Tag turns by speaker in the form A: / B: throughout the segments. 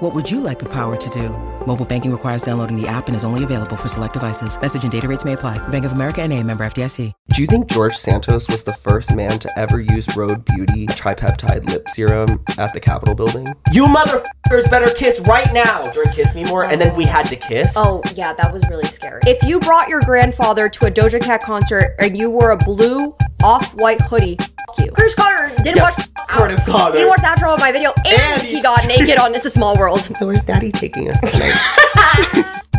A: What would you like the power to do? Mobile banking requires downloading the app and is only available for select devices. Message and data rates may apply. Bank of America and a member FDIC.
B: Do you think George Santos was the first man to ever use Road Beauty tripeptide lip serum at the Capitol building? You motherfuckers better kiss right now! George kissed me more, and then we had to kiss.
C: Oh, yeah, that was really scary. If you brought your grandfather to a Doja Cat concert and you wore a blue off white hoodie, f- you. Curtis Connor didn't
B: Yep,
C: watch.
B: Curtis Connor.
C: He watched Natural on my video and,
B: And
C: he
B: he-
C: got naked on It's a Small World.
B: So where's Daddy taking us tonight?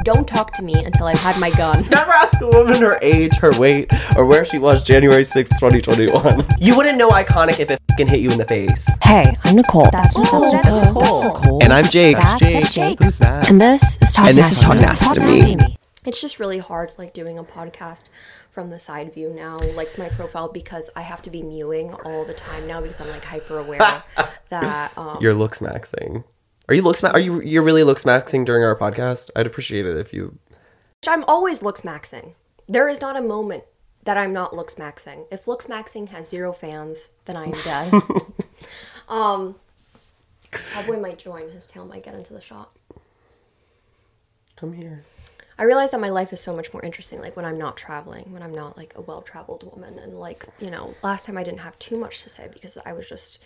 C: Don't talk to me until I've had my gun.
B: Never ask a woman her age, her weight, or where she was January 6th, 2021. You wouldn't know iconic if it fing hit you in the face.
D: Hey, I'm Nicole.
E: That's Nicole.
C: that's Nicole.
B: And I'm Jake.
E: That's That's Jake. Jake.
B: Who's that?
D: And this is Todd
B: And this is Todd Nasty to me.
C: It's just really hard, like doing a podcast from the side view now, like my profile, because I have to be mewing all the time now because I'm like hyper aware that um,
B: You're looks maxing. Are you looks ma- Are you you're really looks maxing during our podcast? I'd appreciate it if you.
C: I'm always looks maxing. There is not a moment that I'm not looks maxing. If looks maxing has zero fans, then I am dead. um, Cowboy might join. His tail might get into the shot.
B: Come here.
C: I realize that my life is so much more interesting, like when I'm not traveling, when I'm not like a well traveled woman. And like, you know, last time I didn't have too much to say because I was just,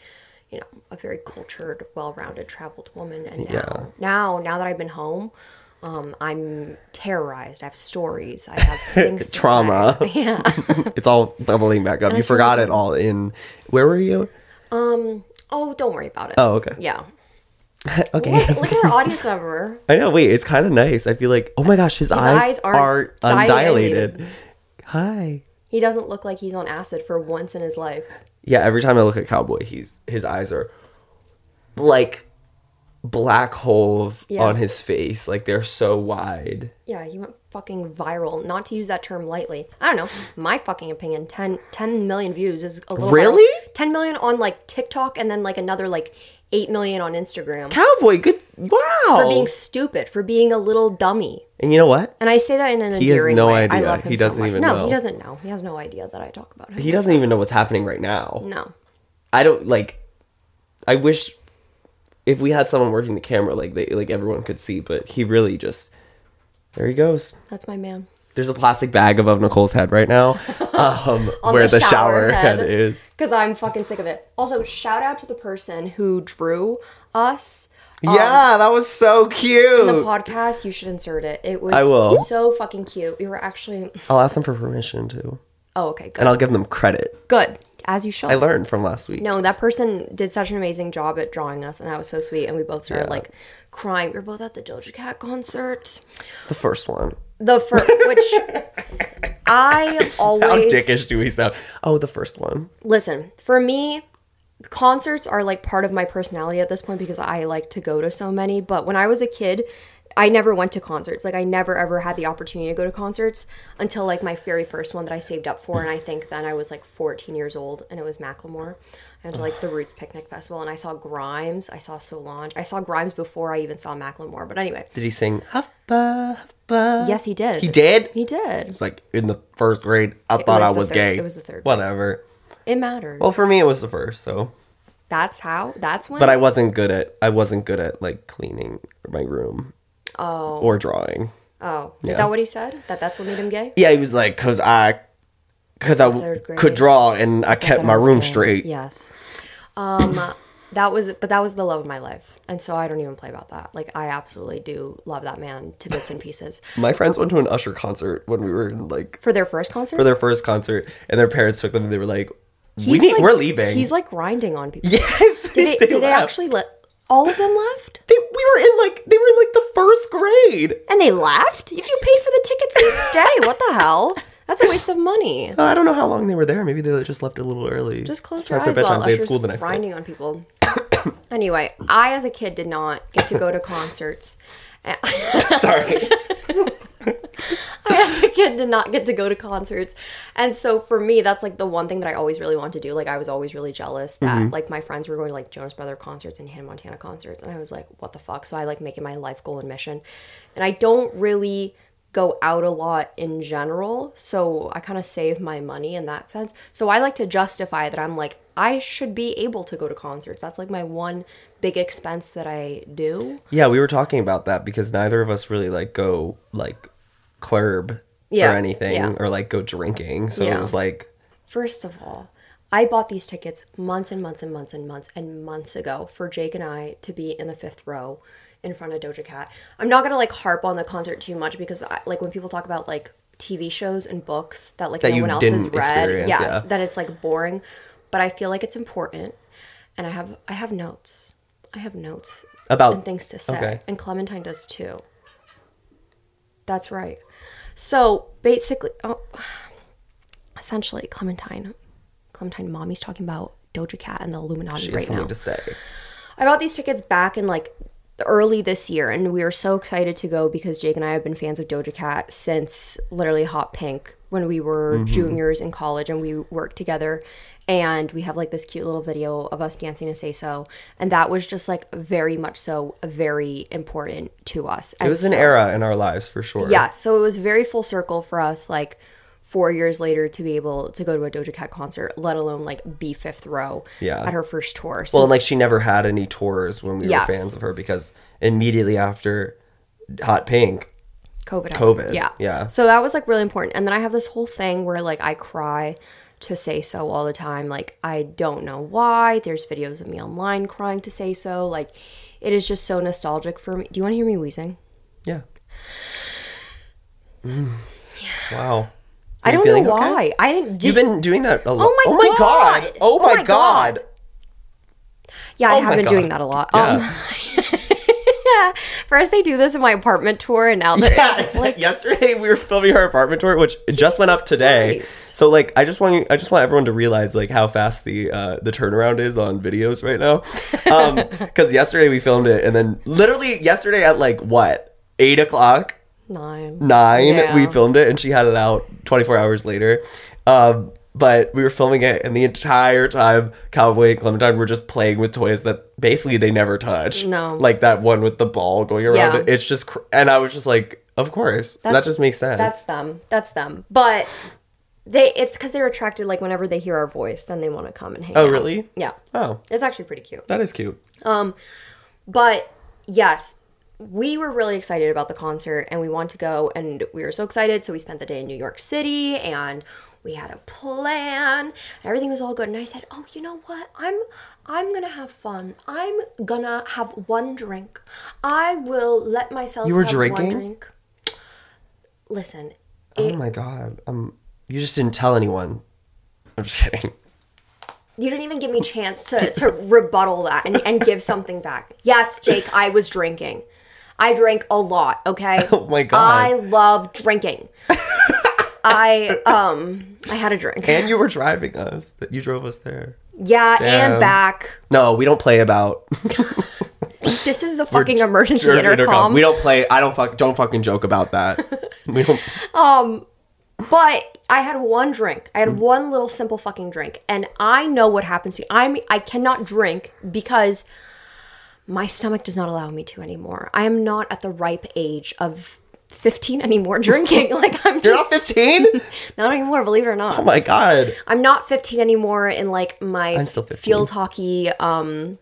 C: you know, a very cultured, well rounded, traveled woman. And now,
B: Yeah.
C: now, now that I've been home, um, I'm terrorized. I have stories. I have things. to
B: Trauma.
C: say. Yeah.
B: It's all bubbling back up. You
C: it's
B: forgot
C: really-
B: it all in. Where were you?
C: um. Oh, don't worry about it.
B: Oh, okay.
C: Yeah.
B: Okay.
C: Look, look at our audience member.
B: I know. Wait, it's kind of nice. I feel like, oh my gosh, his, eyes,
C: eyes
B: are
C: aren't
B: are
C: dilated.
B: undilated. Hi.
C: He doesn't look like he's on acid for once in his life.
B: Yeah, every time I look at Cowboy, he's his eyes are like black holes
C: Yeah.
B: on his face. Like they're so wide.
C: Yeah, he went fucking viral. Not to use that term lightly. I don't know. My fucking opinion, 10, 10 million views is a little
B: Really?
C: viral. 10 million on like TikTok and then like another like 8 million on Instagram.
B: Cowboy, good. Wow.
C: For being stupid, for being a little dummy.
B: and you know what?
C: And I say that in an
B: He has
C: endearing
B: no
C: way. I
B: idea.
C: love him
B: He
C: so
B: doesn't
C: much.
B: even
C: no,
B: know.
C: he doesn't know. He has no idea that I talk about him.
B: He doesn't even know what's happening right now.
C: no.
B: I don't like. I wish if we had someone working the camera, like they, like everyone could see. But he really just there he goes.
C: That's my man.
B: There's a plastic bag above Nicole's head right now, um,
C: On
B: where the, shower, head. is.
C: Because I'm fucking sick of it. Also, shout out to the person who drew us. um,
B: yeah, that was so cute.
C: the podcast, you should insert it. It was
B: I will.
C: so fucking cute. We were actually
B: I'll ask them for permission too,
C: Oh, okay, good.
B: and I'll give them credit.
C: good. As you should.
B: I learned from last week.
C: no, that person did such an amazing job at drawing us and that was so sweet and we both started
B: Yeah.
C: like crying. We were both at the Doja Cat concert.
B: The first one.
C: The first which I
B: How
C: always
B: dickish do we sound? Oh, the first one.
C: listen, for me, concerts are like part of my personality at this point because I like to go to so many. But when I was a kid, I never went to concerts. Like I never ever had the opportunity to go to concerts until like my very first one that I saved up for, and I think then I was like 14 years old, and it was Macklemore. I went to like the Roots Picnic Festival, and I saw Grimes, I saw Solange, I saw Grimes before I even saw Macklemore. But anyway,
B: Did he sing Huffa Huffa?
C: yes, he did.
B: He did.
C: He did.
B: It's like in the first grade, I thought
C: was
B: I
C: the
B: was
C: third-
B: gay.
C: it was the third.
B: Whatever.
C: It matters.
B: Well, for me, it was the first. So,
C: that's how. That's when.
B: but I wasn't good at I wasn't good at like cleaning my room. Oh. Or drawing.
C: oh,
B: Yeah.
C: is that what he said? That that's what made him gay.
B: Yeah, he was like, cause I, cause I
C: Third grade.
B: could draw and I kept my room straight.
C: Yes. Um, that was, but that was the love of my life, and so I don't even play about that. Like I absolutely do love that man to bits and pieces.
B: My friends went to an Usher concert when we were in like
C: For their first concert,
B: for their first concert, and their parents took them, and they were like, "We
C: He's
B: need,
C: like-
B: we're leaving."
C: He's like grinding on people.
B: "Yes."
C: Did they, did they
B: left.
C: actually let all of them left?
B: They, we were in like they were in like the first grade.
C: And they left? If you paid for the tickets, then stay. What the hell? That's a waste of money.
B: I don't know how long they were there. Maybe they just left a little early.
C: Just close your
B: Past their
C: eyes while
B: bedtimes. They had
C: Usher's
B: school the next day.
C: grinding on people. anyway, I as a kid did not get to go to concerts.
B: Sorry.
C: I, as a kid, did not get to go to concerts. And so for me, that's like the one thing that I always really wanted to do. Like, I was always really jealous that like my friends were going to like Jonas Brother concerts and Hannah Montana concerts. And I was like, what the fuck? So I like make it my life goal and mission. And I don't really go out a lot in general. So I kind of save my money in that sense. So I like to justify that I'm like, I should be able to go to concerts. That's like my one big expense that I do.
B: Yeah, we were talking about that because neither of us really like go like club
C: Yeah,
B: or anything
C: yeah.
B: or like go drinking. So
C: Yeah.
B: it was like
C: First of all, I bought these tickets months and months and months and months and months ago for Jake and I to be in the fifth row in front of Doja Cat. I'm not gonna like harp on the concert too much because I, like when people talk about like TV shows and books that like
B: That
C: no
B: you
C: one else has
B: didn't
C: read,
B: experience,
C: yes,
B: yeah.
C: that it's like boring. But I feel like it's important, and I have I have notes. I have notes
B: about
C: and things to say.
B: Okay.
C: And Clementine does too. That's right. So basically, oh, essentially, Clementine, Clementine, mommy's talking about Doja Cat and the Illuminati
B: she has
C: right
B: something
C: now.
B: to say.
C: I bought these tickets back in like early this year, and we were so excited to go because Jake and I have been fans of Doja Cat since literally Hot Pink when we were
B: Mm-hmm.
C: juniors in college and we worked together. And we have like this cute little video of us dancing to Say So. And that was just like very much so very important to us.
B: It was an era in our lives for sure.
C: Yeah, so it was very full circle for us, like four years later, to be able to go to a Doja Cat concert, let alone like be fifth row
B: Yeah.
C: at her first tour. So
B: Well, and like she never had any tours when we
C: Yes.
B: were fans of her because immediately after Hot Pink,
C: COVID.
B: COVID,
C: Yeah.
B: yeah.
C: So that was like really important. And then I have this whole thing where like I cry to say so all the time. Like I don't know why. There's videos of me online crying to say so. Like it is just so nostalgic for me. Do you want to hear me wheezing?
B: yeah. Mm. Wow.
C: I
B: You
C: don't know
B: feeling okay?
C: why. I didn't. Did, Oh
B: You've been doing that a lot.
C: my God.
B: Oh my, god.
C: yeah, I
B: oh
C: have
B: my
C: been
B: God.
C: doing that a lot. Um,
B: Yeah.
C: First, they do this in my apartment tour, and now they're
B: yeah, it's like yesterday we were filming her apartment tour, which just went up today.
C: Christ.
B: So like, I just want you, I just want everyone to realize like how fast the uh, the turnaround is on videos right now. Because yesterday we filmed it, and then literally yesterday at like what eight o'clock,
C: nine.
B: nine
C: Yeah.
B: we filmed it, and she had it out twenty four hours later. Um, but we were filming it, and the entire time Cowboy and Clementine were just playing with toys that basically they never touch.
C: No.
B: like that one with the ball going around
C: Yeah.
B: it. It's just, cr- and I was just like, of course, that just makes sense.
C: That's them. That's them. But they, it's because they're attracted. Like whenever they hear our voice, then they want to come and hang.
B: Oh,
C: out.
B: really?
C: Yeah,
B: Oh,
C: it's actually pretty cute.
B: that is cute.
C: But yes, we were really excited about the concert and we want to go and we were so excited. So we spent the day in New York City and we had a plan. And everything was all good. And I said, Oh, you know what? I'm I'm gonna have fun. I'm gonna have one drink. I will let myself
B: You were
C: have
B: drinking?
C: one drink. Listen,
B: oh my god, um, you just didn't tell anyone. I'm just kidding.
C: You didn't even give me a chance to, to rebuttal that and, and give something back. Yes, Jake, I was drinking. I drank a lot, okay?
B: Oh my God.
C: I love drinking. I um I had a drink.
B: And you were driving us. That you drove us there.
C: yeah,
B: Damn.
C: and back.
B: No, we don't play about
C: This is the fucking emergency
B: Sure,
C: intercom.
B: We don't play. I don't fuck. Don't fucking joke about that. We don't.
C: But I had one drink. I had
B: Mm.
C: one little simple fucking drink, and I know what happens to me. I'm I cannot drink because my stomach does not allow me to anymore. I am not at the ripe age of 15 anymore drinking. Like I'm
B: You're not
C: just not,
B: 15.
C: anymore, believe it or not.
B: oh my god.
C: I'm not 15 anymore in like my
B: I'm still 15.
C: field hockey um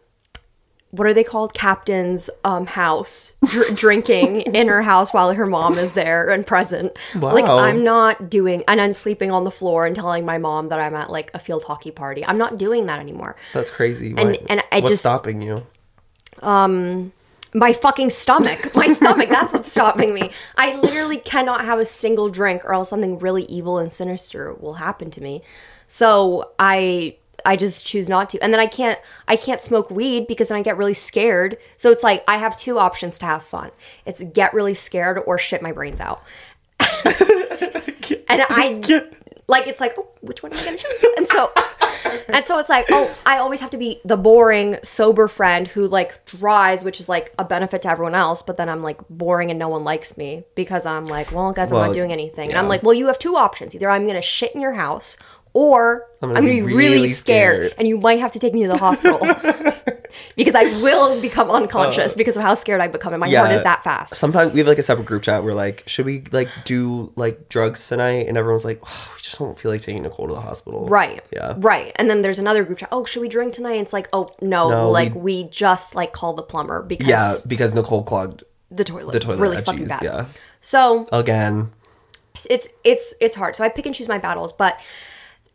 C: what are they called captain's um house dr- drinking in her house while her mom is there and present. Like
B: Wow.
C: I'm not doing and I'm sleeping on the floor and telling my mom that I'm at like a field hockey party. I'm not doing that anymore.
B: That's crazy.
C: And- and I
B: what's
C: just-
B: stopping you?
C: my fucking stomach. My stomach, that's what's stopping me. I literally cannot have a single drink or else something really evil and sinister will happen to me. So I I just choose not to. And then I can't I can't smoke weed because then I get really scared. So it's like I have two options to have fun. It's get really scared or shit my brains out. and I Like it's like, oh, which one am I gonna choose? And so, and so it's like, oh, I always have to be the boring sober friend who like drives, which is like a benefit to everyone else. But then I'm like boring and no one likes me because I'm like, well, guys, I'm
B: Well,
C: not doing anything. And
B: yeah.
C: I'm like, well, you have two options: either I'm gonna shit in your house, or I'm gonna, be, really, scared,
B: scared.
C: and you might have to take me to the hospital because I will become unconscious because of how scared I become, and my heart is that fast.
B: Sometimes we have like a separate group chat. We're like, should we like do like drugs tonight? And everyone's like, oh, we just don't feel like taking Nicole to the hospital.
C: Right.
B: Yeah.
C: Right. And then there's another group chat. Oh, should we drink tonight? It's like, oh no,
B: No,
C: like
B: we-
C: we... just like call the plumber because
B: Yeah, because Nicole clogged
C: the toilet,
B: the toilet.
C: really
B: at
C: fucking
B: G's,
C: bad.
B: Yeah.
C: So
B: Again.
C: it's it's it's hard. So I pick and choose my battles, but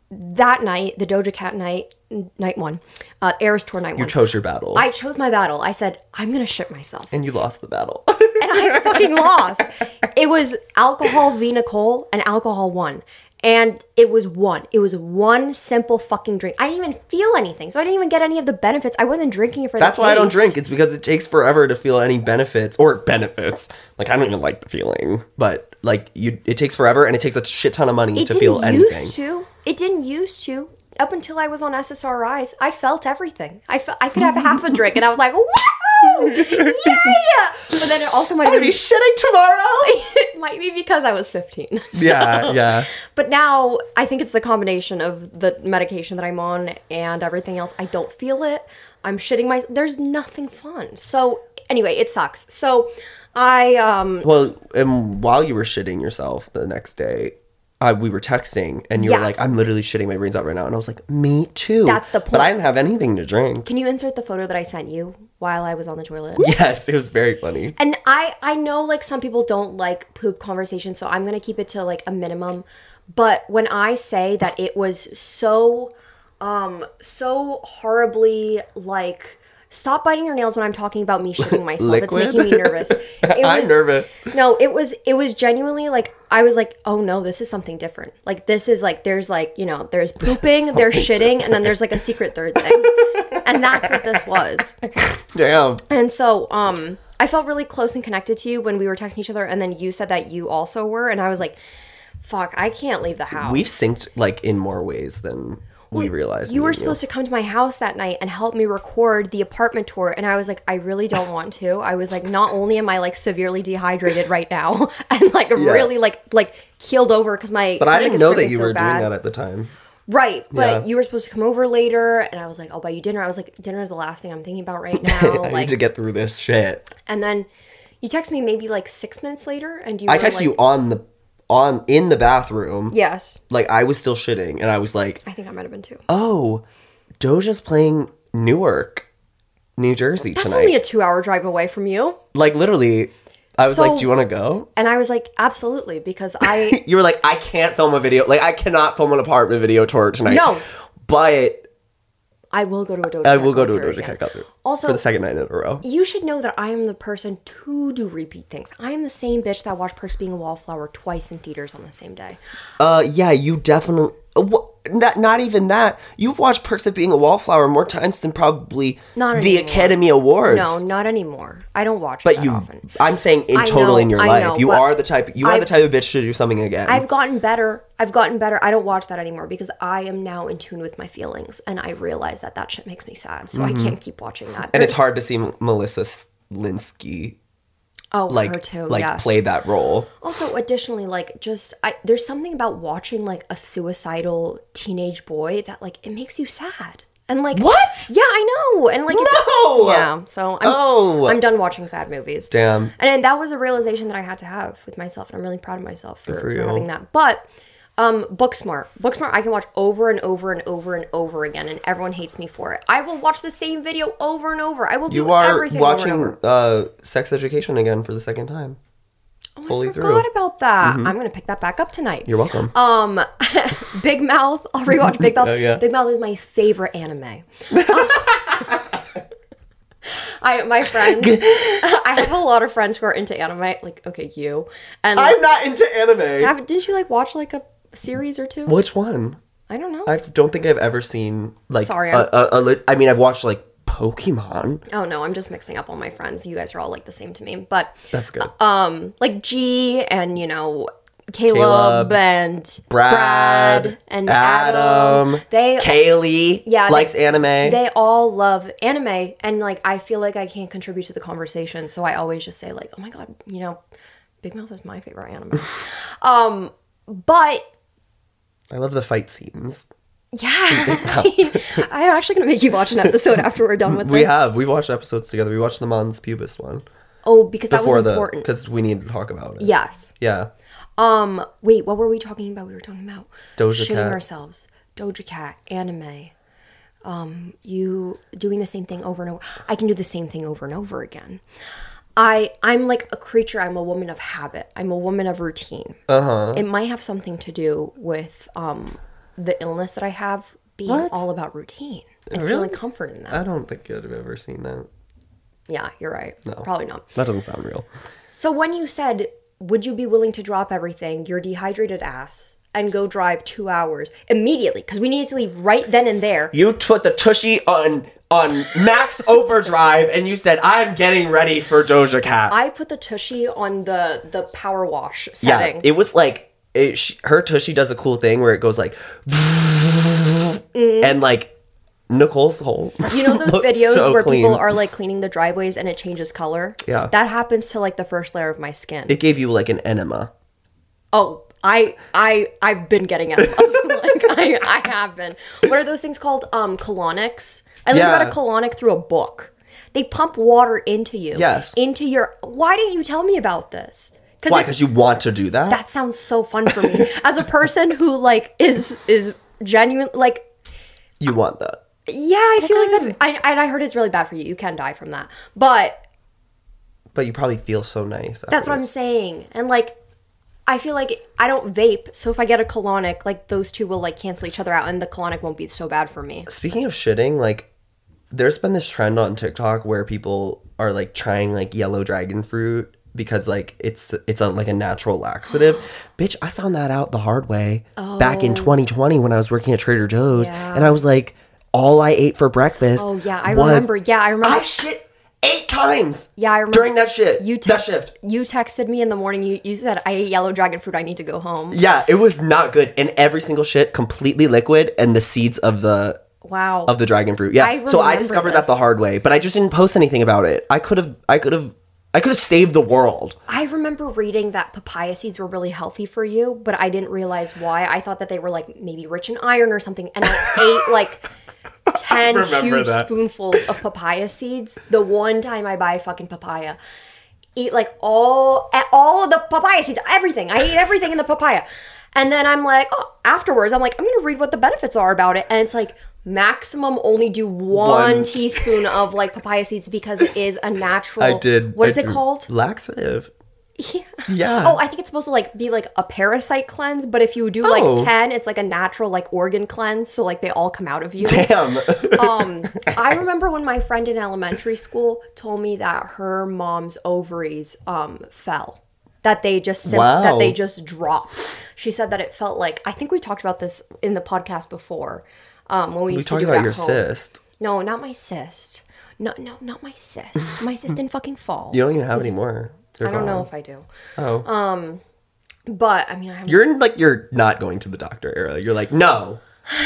C: that night, the Doja Cat night, night one, uh, Eras tour night
B: You
C: one.
B: chose your battle.
C: I chose my battle. I said I'm gonna shit myself, and
B: and you lost the battle.
C: I fucking lost. It was alcohol v Nicole, and alcohol won. And it was one. It was one simple fucking drink. I didn't even feel anything, so I didn't even get any of the benefits. I wasn't drinking it for.
B: That's
C: the
B: why I don't
C: taste.
B: drink. It's because it takes forever to feel any benefits or benefits. Like I don't even like the feeling, but like you, it takes forever and it takes a shit ton of money
C: It
B: to
C: didn't
B: feel anything.
C: used to. It didn't used to. Up until I was on SSRIs, I felt everything. I felt I could have half a drink, and I was like, "Woo, yeah!" But then it also might
B: I'll be
C: be
B: shitting tomorrow.
C: it might be because I was fifteen.
B: yeah, yeah.
C: But now I think it's the combination of the medication that I'm on and everything else. I don't feel it. I'm shitting my. There's nothing fun. So anyway, it sucks. So I um
B: Well, and while you were shitting yourself the next day, uh, we were texting and you were
C: Yes.
B: like, "I'm literally shitting my brains out right now," and I was like, "Me too."
C: That's the
B: But I
C: point.
B: didn't have anything to drink.
C: can you insert the photo that I sent you while I was on the toilet?
B: Yes, it was very funny.
C: And I I know like some people don't like poop conversations, so I'm gonna keep it to like a minimum. But when I say that it was so um so horribly like stop biting your nails when I'm talking about me shitting myself. It's
B: Liquid?
C: making me nervous. It
B: I'm
C: was-
B: nervous.
C: No, it was it was genuinely like I was like, oh no, this is something different. Like this is like there's like, you know, there's pooping, there's shitting, and then there's like a secret third thing. and that's what this was.
B: Damn.
C: And so, um, I felt really close and connected to you when we were texting each other, and then you said that you also were, and I was like, "Fuck, I can't leave the house."
B: We've synced like in more ways than we realized.
C: you
B: me
C: were
B: and
C: supposed to come to my house that night and help me record the apartment tour, and I was like, "I really don't want to." I was like, "Not only am I like severely dehydrated right now, and like really like like keeled over because my
B: But I
C: stomach
B: didn't
C: is
B: know that
C: hurting
B: you
C: so
B: were
C: bad.
B: doing that at the time.
C: Right, but
B: Yeah.
C: you were supposed to come over later, and I was like, "I'll buy you dinner." I was like, "Dinner is the last thing I'm thinking about right now."
B: I
C: like,
B: need to get through this shit.
C: and then you text me maybe like six minutes later, and you
B: I
C: were
B: texted
C: like,
B: you on the on in the bathroom.
C: Yes.
B: Like I was still shitting, and I was like,
C: I think I might have been two.
B: "Oh, Doja's playing Newark, New Jersey
C: That's
B: tonight."
C: only a two hour drive away from you.
B: like literally, I was
C: So-
B: like, "Do you want to go?"
C: And I was like, absolutely, because I,
B: You were like, "I can't film a video. Like I cannot film an apartment video tour tonight."
C: No.
B: but
C: I will go to a Doja
B: I
C: Cat
B: will go to a
C: concert
B: Doja Cat
C: again.
B: concert
C: Also-
B: for the second night in a row.
C: You should know that I am the person to do repeat things. I am the same bitch that watched Perks Being a Wallflower twice in theaters on the same day.
B: Uh, yeah, you definitely. uh, wha- Not, not even that. You've watched Perks of Being a Wallflower more times than probably
C: Not
B: the
C: anymore.
B: Academy Awards.
C: No, not anymore. I don't watch it
B: but
C: that
B: you.
C: often.
B: I'm saying in
C: I
B: total
C: know,
B: in your
C: I
B: life,
C: know,
B: you
C: but
B: are the type. You are the
C: I've-
B: type of bitch to do something again.
C: I've gotten better. I've gotten better. I don't watch that anymore because I am now in tune with my feelings and I realize that that shit makes me sad. So I can't keep watching that.
B: Mm-hmm. and it's hard to see Melissa Linsky
C: Oh,
B: like
C: her too.
B: like
C: yes.
B: play that role.
C: Also, additionally, like just I, there's something about watching like a suicidal teenage boy that like it makes you sad. And like
B: What?
C: Yeah, I know. And like
B: No!
C: it's, yeah. So I'm
B: Oh!
C: I'm done watching sad movies.
B: Damn.
C: And then that was a realization that I had to have with myself, and I'm really proud of myself for, for
B: you.
C: having that. But um, Booksmart, Booksmart, I can watch over and over and over and over again, and everyone hates me for it. I will watch the same video over and over. I will do
B: You are
C: everything over and over.
B: watching uh, Sex Education again for the second time. fully
C: Oh, I
B: through. Mm-hmm.
C: forgot about that. I'm gonna pick that back up tonight.
B: You're welcome.
C: Um, Big Mouth. I'll rewatch Big Mouth.
B: Oh, yeah.
C: Big Mouth is my favorite anime. Um, I my friend. I have a lot of friends who are into anime. Like okay, you and like,
B: I'm not into anime.
C: have, didn't you like watch like a series or two?
B: Which one?
C: I don't know.
B: I don't think I've ever seen like.
C: Sorry,
B: a-
C: I'm-
B: a- a lit- I mean, I've watched like Pokemon.
C: oh no, I'm just mixing up all my friends. You guys are all like the same to me, but
B: That's good.
C: um like G and you know Caleb,
B: Caleb,
C: and
B: Brad,
C: and Adam.
B: Adam,
C: They
B: Kaylee
C: Yeah, they-
B: likes anime.
C: they all love anime and like I feel like I can't contribute to the conversation, so I always just say like, "Oh my god, you know, Big Mouth is my favorite anime." um, but
B: I love the fight scenes.
C: yeah, I'm actually gonna make you watch an episode after we're done with
B: We
C: this.
B: have. We watched episodes together. We watched the Mons Pubis one.
C: Oh, because that was
B: Before the.
C: important.
B: Because we need to talk about it.
C: yes.
B: Yeah.
C: Um. Wait. What were we talking about? We were talking about
B: Doja
C: shitting
B: Cat.
C: ourselves. Doja Cat. Anime. Um. You doing the same thing over and over. I can do the same thing over and over again. I I'm like a creature. I'm a woman of habit. I'm a woman of routine. Uh
B: Uh-huh.
C: huh. It might have something to do with um the illness that I have being
B: What?
C: all about routine
B: Really?
C: and
B: Uh,
C: feeling comfort in that.
B: I don't think I'd have ever seen that.
C: yeah, you're right. Probably not.
B: That doesn't sound real.
C: So when you said, "Would you be willing to drop everything, your dehydrated ass, and go drive two hours immediately?" Because we needed to leave right then and there.
B: You put the tushy on on max overdrive, and you said, "I'm getting ready for Doja Cat."
C: I put the tushy on the the power wash
B: yeah,
C: setting.
B: it was like it, she, her tushy does a cool thing where it goes like, and like Nicole's hole.
C: Mm-hmm. you know those
B: looks
C: videos
B: so
C: where
B: clean.
C: people are like cleaning the driveways and it changes color?
B: Yeah.
C: That happens to like the first layer of my skin.
B: It gave you like an enema.
C: oh, I I I've been getting it. like I, I have been. What are those things called? Um colonics. I learned
B: Yeah.
C: about a colonic through a book. They pump water into you.
B: Yes.
C: Into your Why didn't you tell me about this?
B: Why?
C: it-
B: Because you want to do that.
C: that sounds so fun for me. As a person who like is is genuine like
B: you want that.
C: yeah, I feel like that. I and I heard it's really bad for you. You can die from that, but
B: But you probably feel so nice.
C: That's what I'm saying. And like I feel like I don't vape, so if I get a colonic, like those two will like cancel each other out and the colonic won't be so bad for me.
B: Speaking of shitting, like there's been this trend on TikTok where people are like trying like yellow dragon fruit because like it's it's a like a natural laxative. Bitch, I found that out the hard way back in 2020 when I was working at Trader Joe's
C: Oh. Yeah.
B: and I was like all I ate for breakfast.
C: Oh yeah, I
B: was-
C: remember. Yeah, I remember.
B: I shit 8 times.
C: yeah, I remember.
B: During that shit.
C: you
B: You
C: te-
B: that shift.
C: You texted me in the morning. You you said I ate yellow dragon fruit. I need to go home.
B: Yeah, it was not good and every single shit completely liquid and the seeds of the
C: Wow.
B: of the dragon fruit. Yeah.
C: I
B: so I
C: remember
B: discovered
C: this.
B: that the hard way, but I just didn't post anything about it. I could have I could have I could have saved the world.
C: I remember reading that papaya seeds were really healthy for you, but I didn't realize why. I thought that they were like maybe rich in iron or something, and I ate like ten
B: remember
C: huge
B: that.
C: spoonfuls of papaya seeds. The one time I buy fucking papaya, eat like all eh, all of the papaya seeds, everything. I ate everything in the papaya, and then I'm like, oh, afterwards, I'm like, I'm gonna read what the benefits are about it, and it's like. Maximum only do one,
B: One.
C: teaspoon of like papaya seeds because it is a natural.
B: I did.
C: Oh, What
B: I
C: is it
B: did
C: called?
B: Laxative.
C: Yeah.
B: Yeah.
C: Oh, I think it's supposed to like be like a parasite cleanse, but if you do
B: Oh.
C: like ten, it's like a natural like organ cleanse, so like they all come out of you.
B: Damn.
C: Um, I remember when my friend in elementary school told me that her mom's ovaries um fell, that they just sim- that
B: Wow.
C: they just dropped. She said that it felt like I think we talked about this in the podcast before. Um, when we,
B: we
C: used to
B: talked
C: do it
B: about
C: at
B: your
C: home.
B: cyst.
C: No, not my cyst. No, no, not my cyst. My cyst didn't fucking fall.
B: You don't even have any more. They're
C: I don't know
B: gone.
C: if I do. Um,
B: Oh.
C: But I mean, I haven't.
B: you're in like you're not going to the doctor era. You're like, no,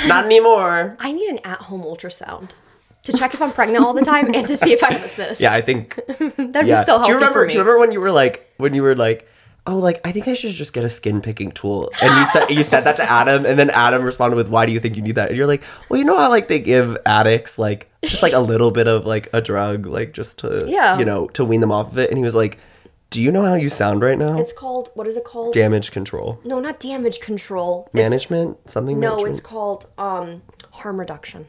B: not anymore.
C: I need an at-home ultrasound to check if I'm pregnant all the time and to see if I have a cyst.
B: Yeah, I think
C: that'd
B: yeah.
C: be so helpful.
B: do you remember
C: For me.
B: do you remember when you were like when you were like Oh, like I think I should just get a skin picking tool, and you said you said that to Adam, and then Adam responded with, "Why do you think you need that?" And you're like, "Well, you know how like they give addicts like just like a little bit of like a drug, like just to
C: Yeah.
B: you know to wean them off of it." And he was like, "Do you know how you sound right now?
C: It's called what is it called?
B: Damage control,
C: no, not damage control. It's-
B: management, something.
C: no,
B: management?
C: it's called um harm reduction.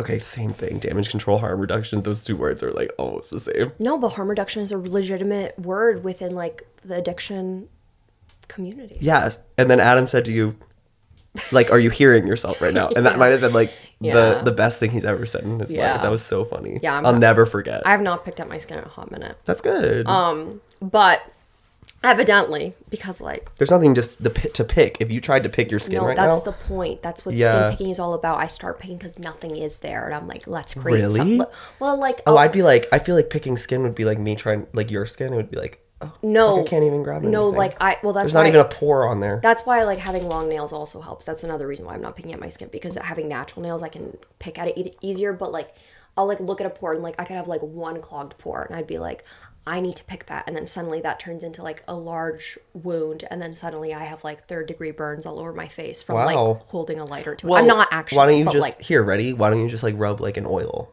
B: okay, same thing. Damage control, harm reduction. Those two words are like almost the same.
C: No, but harm reduction is a legitimate word within like the addiction community.
B: Yes. And then Adam said to you, like, are you hearing yourself right now? And that might have been like
C: Yeah.
B: the the best thing he's ever said in his
C: Yeah.
B: life. That was so funny.
C: Yeah, I'm
B: I'll
C: not-
B: never forget.
C: I Um, have not picked up my skin in a hot minute,
B: That's good.
C: but evidently because like
B: There's nothing just the pi- to pick. If you tried to pick your skin
C: No,
B: right now,
C: that's the point. That's what
B: Yeah.
C: skin picking is all about. I start picking because nothing is there, and I'm like, let's create.
B: Really?
C: Some, well, like
B: oh,
C: I'll-
B: I'd be like, "Oh, I feel like picking skin would be like me trying like your skin. It would be like
C: no,
B: I can't even grab anything.
C: no, like I well that's
B: There's not
C: why-
B: even a pour on there.
C: that's why like having long nails also helps. That's another reason why I'm not picking at my skin because having natural nails I can pick at it e- easier. But like I'll like look at a pore and like I could have like one clogged pore and I'd be like I need to pick that and then suddenly that turns into like a large wound and then suddenly I have like third degree burns all over my face from
B: Wow.
C: like holding a lighter to it. I'm not actually.
B: Why don't you
C: but,
B: just
C: like
B: here? Ready? Why don't you just like rub like an oil?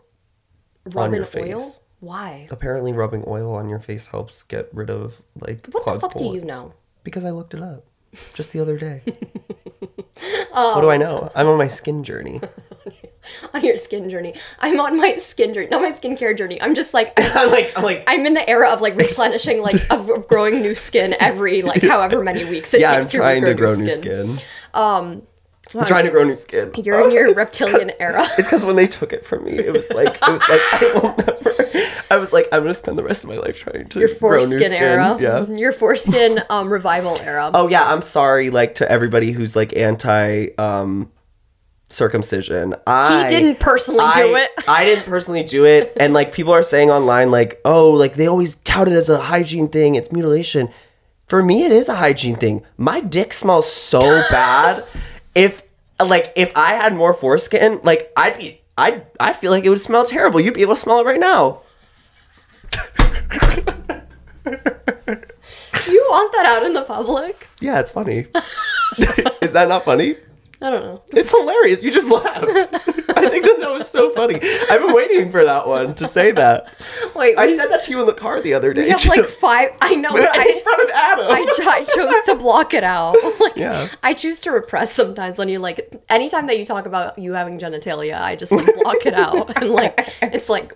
C: rub
B: on
C: in
B: your
C: oil?
B: face?
C: Why?
B: Apparently, rubbing oil on your face helps get rid of like
C: What the
B: clogged
C: fuck do you
B: pores.
C: know?
B: Because I looked it up just the other day. What do
C: Oh.
B: I know? I'm on my skin journey.
C: On your skin journey, I'm on my skin journey, not my skincare journey. I'm just like
B: I'm like, I'm like,
C: I'm in the era of like replenishing, like of of growing new skin every like however many weeks it
B: yeah,
C: takes
B: I'm trying to grow new
C: skin.
B: skin. Um, I'm trying to grow new skin.
C: You're in your reptilian era.
B: It's because when they took it from me, it was like it was like I will never. I was like I'm gonna spend the rest of my life trying to
C: Your
B: grow new
C: foreskin
B: skin.
C: era. Mm-hmm.
B: Yeah.
C: Your foreskin um, revival era.
B: Oh yeah, I'm sorry. Like to everybody who's like anti um, circumcision. I
C: didn't personally
B: I-
C: do it.
B: I didn't personally do it, and like people are saying online, like oh, like they always tout it as a hygiene thing. It's mutilation. For me, it is a hygiene thing. My dick smells so bad. If like if I had more foreskin, like I'd be. I I feel like it would smell terrible. You'd be able to smell it right now.
C: Do you want that out in the public?
B: Yeah, it's funny. is that not funny?
C: I don't know.
B: It's hilarious. You just laughed. I think that that was so funny. I've been waiting for that one to say that.
C: Wait,
B: I
C: we-
B: said that to you in the car the other day.
C: we have
B: too.
C: like five. I know. but
B: in
C: I,
B: front of Adam.
C: I, cho- I chose to block it out. Like,
B: Yeah.
C: I choose to repress sometimes when you like. Anytime that you talk about you having genitalia, I just like block it out and like it's like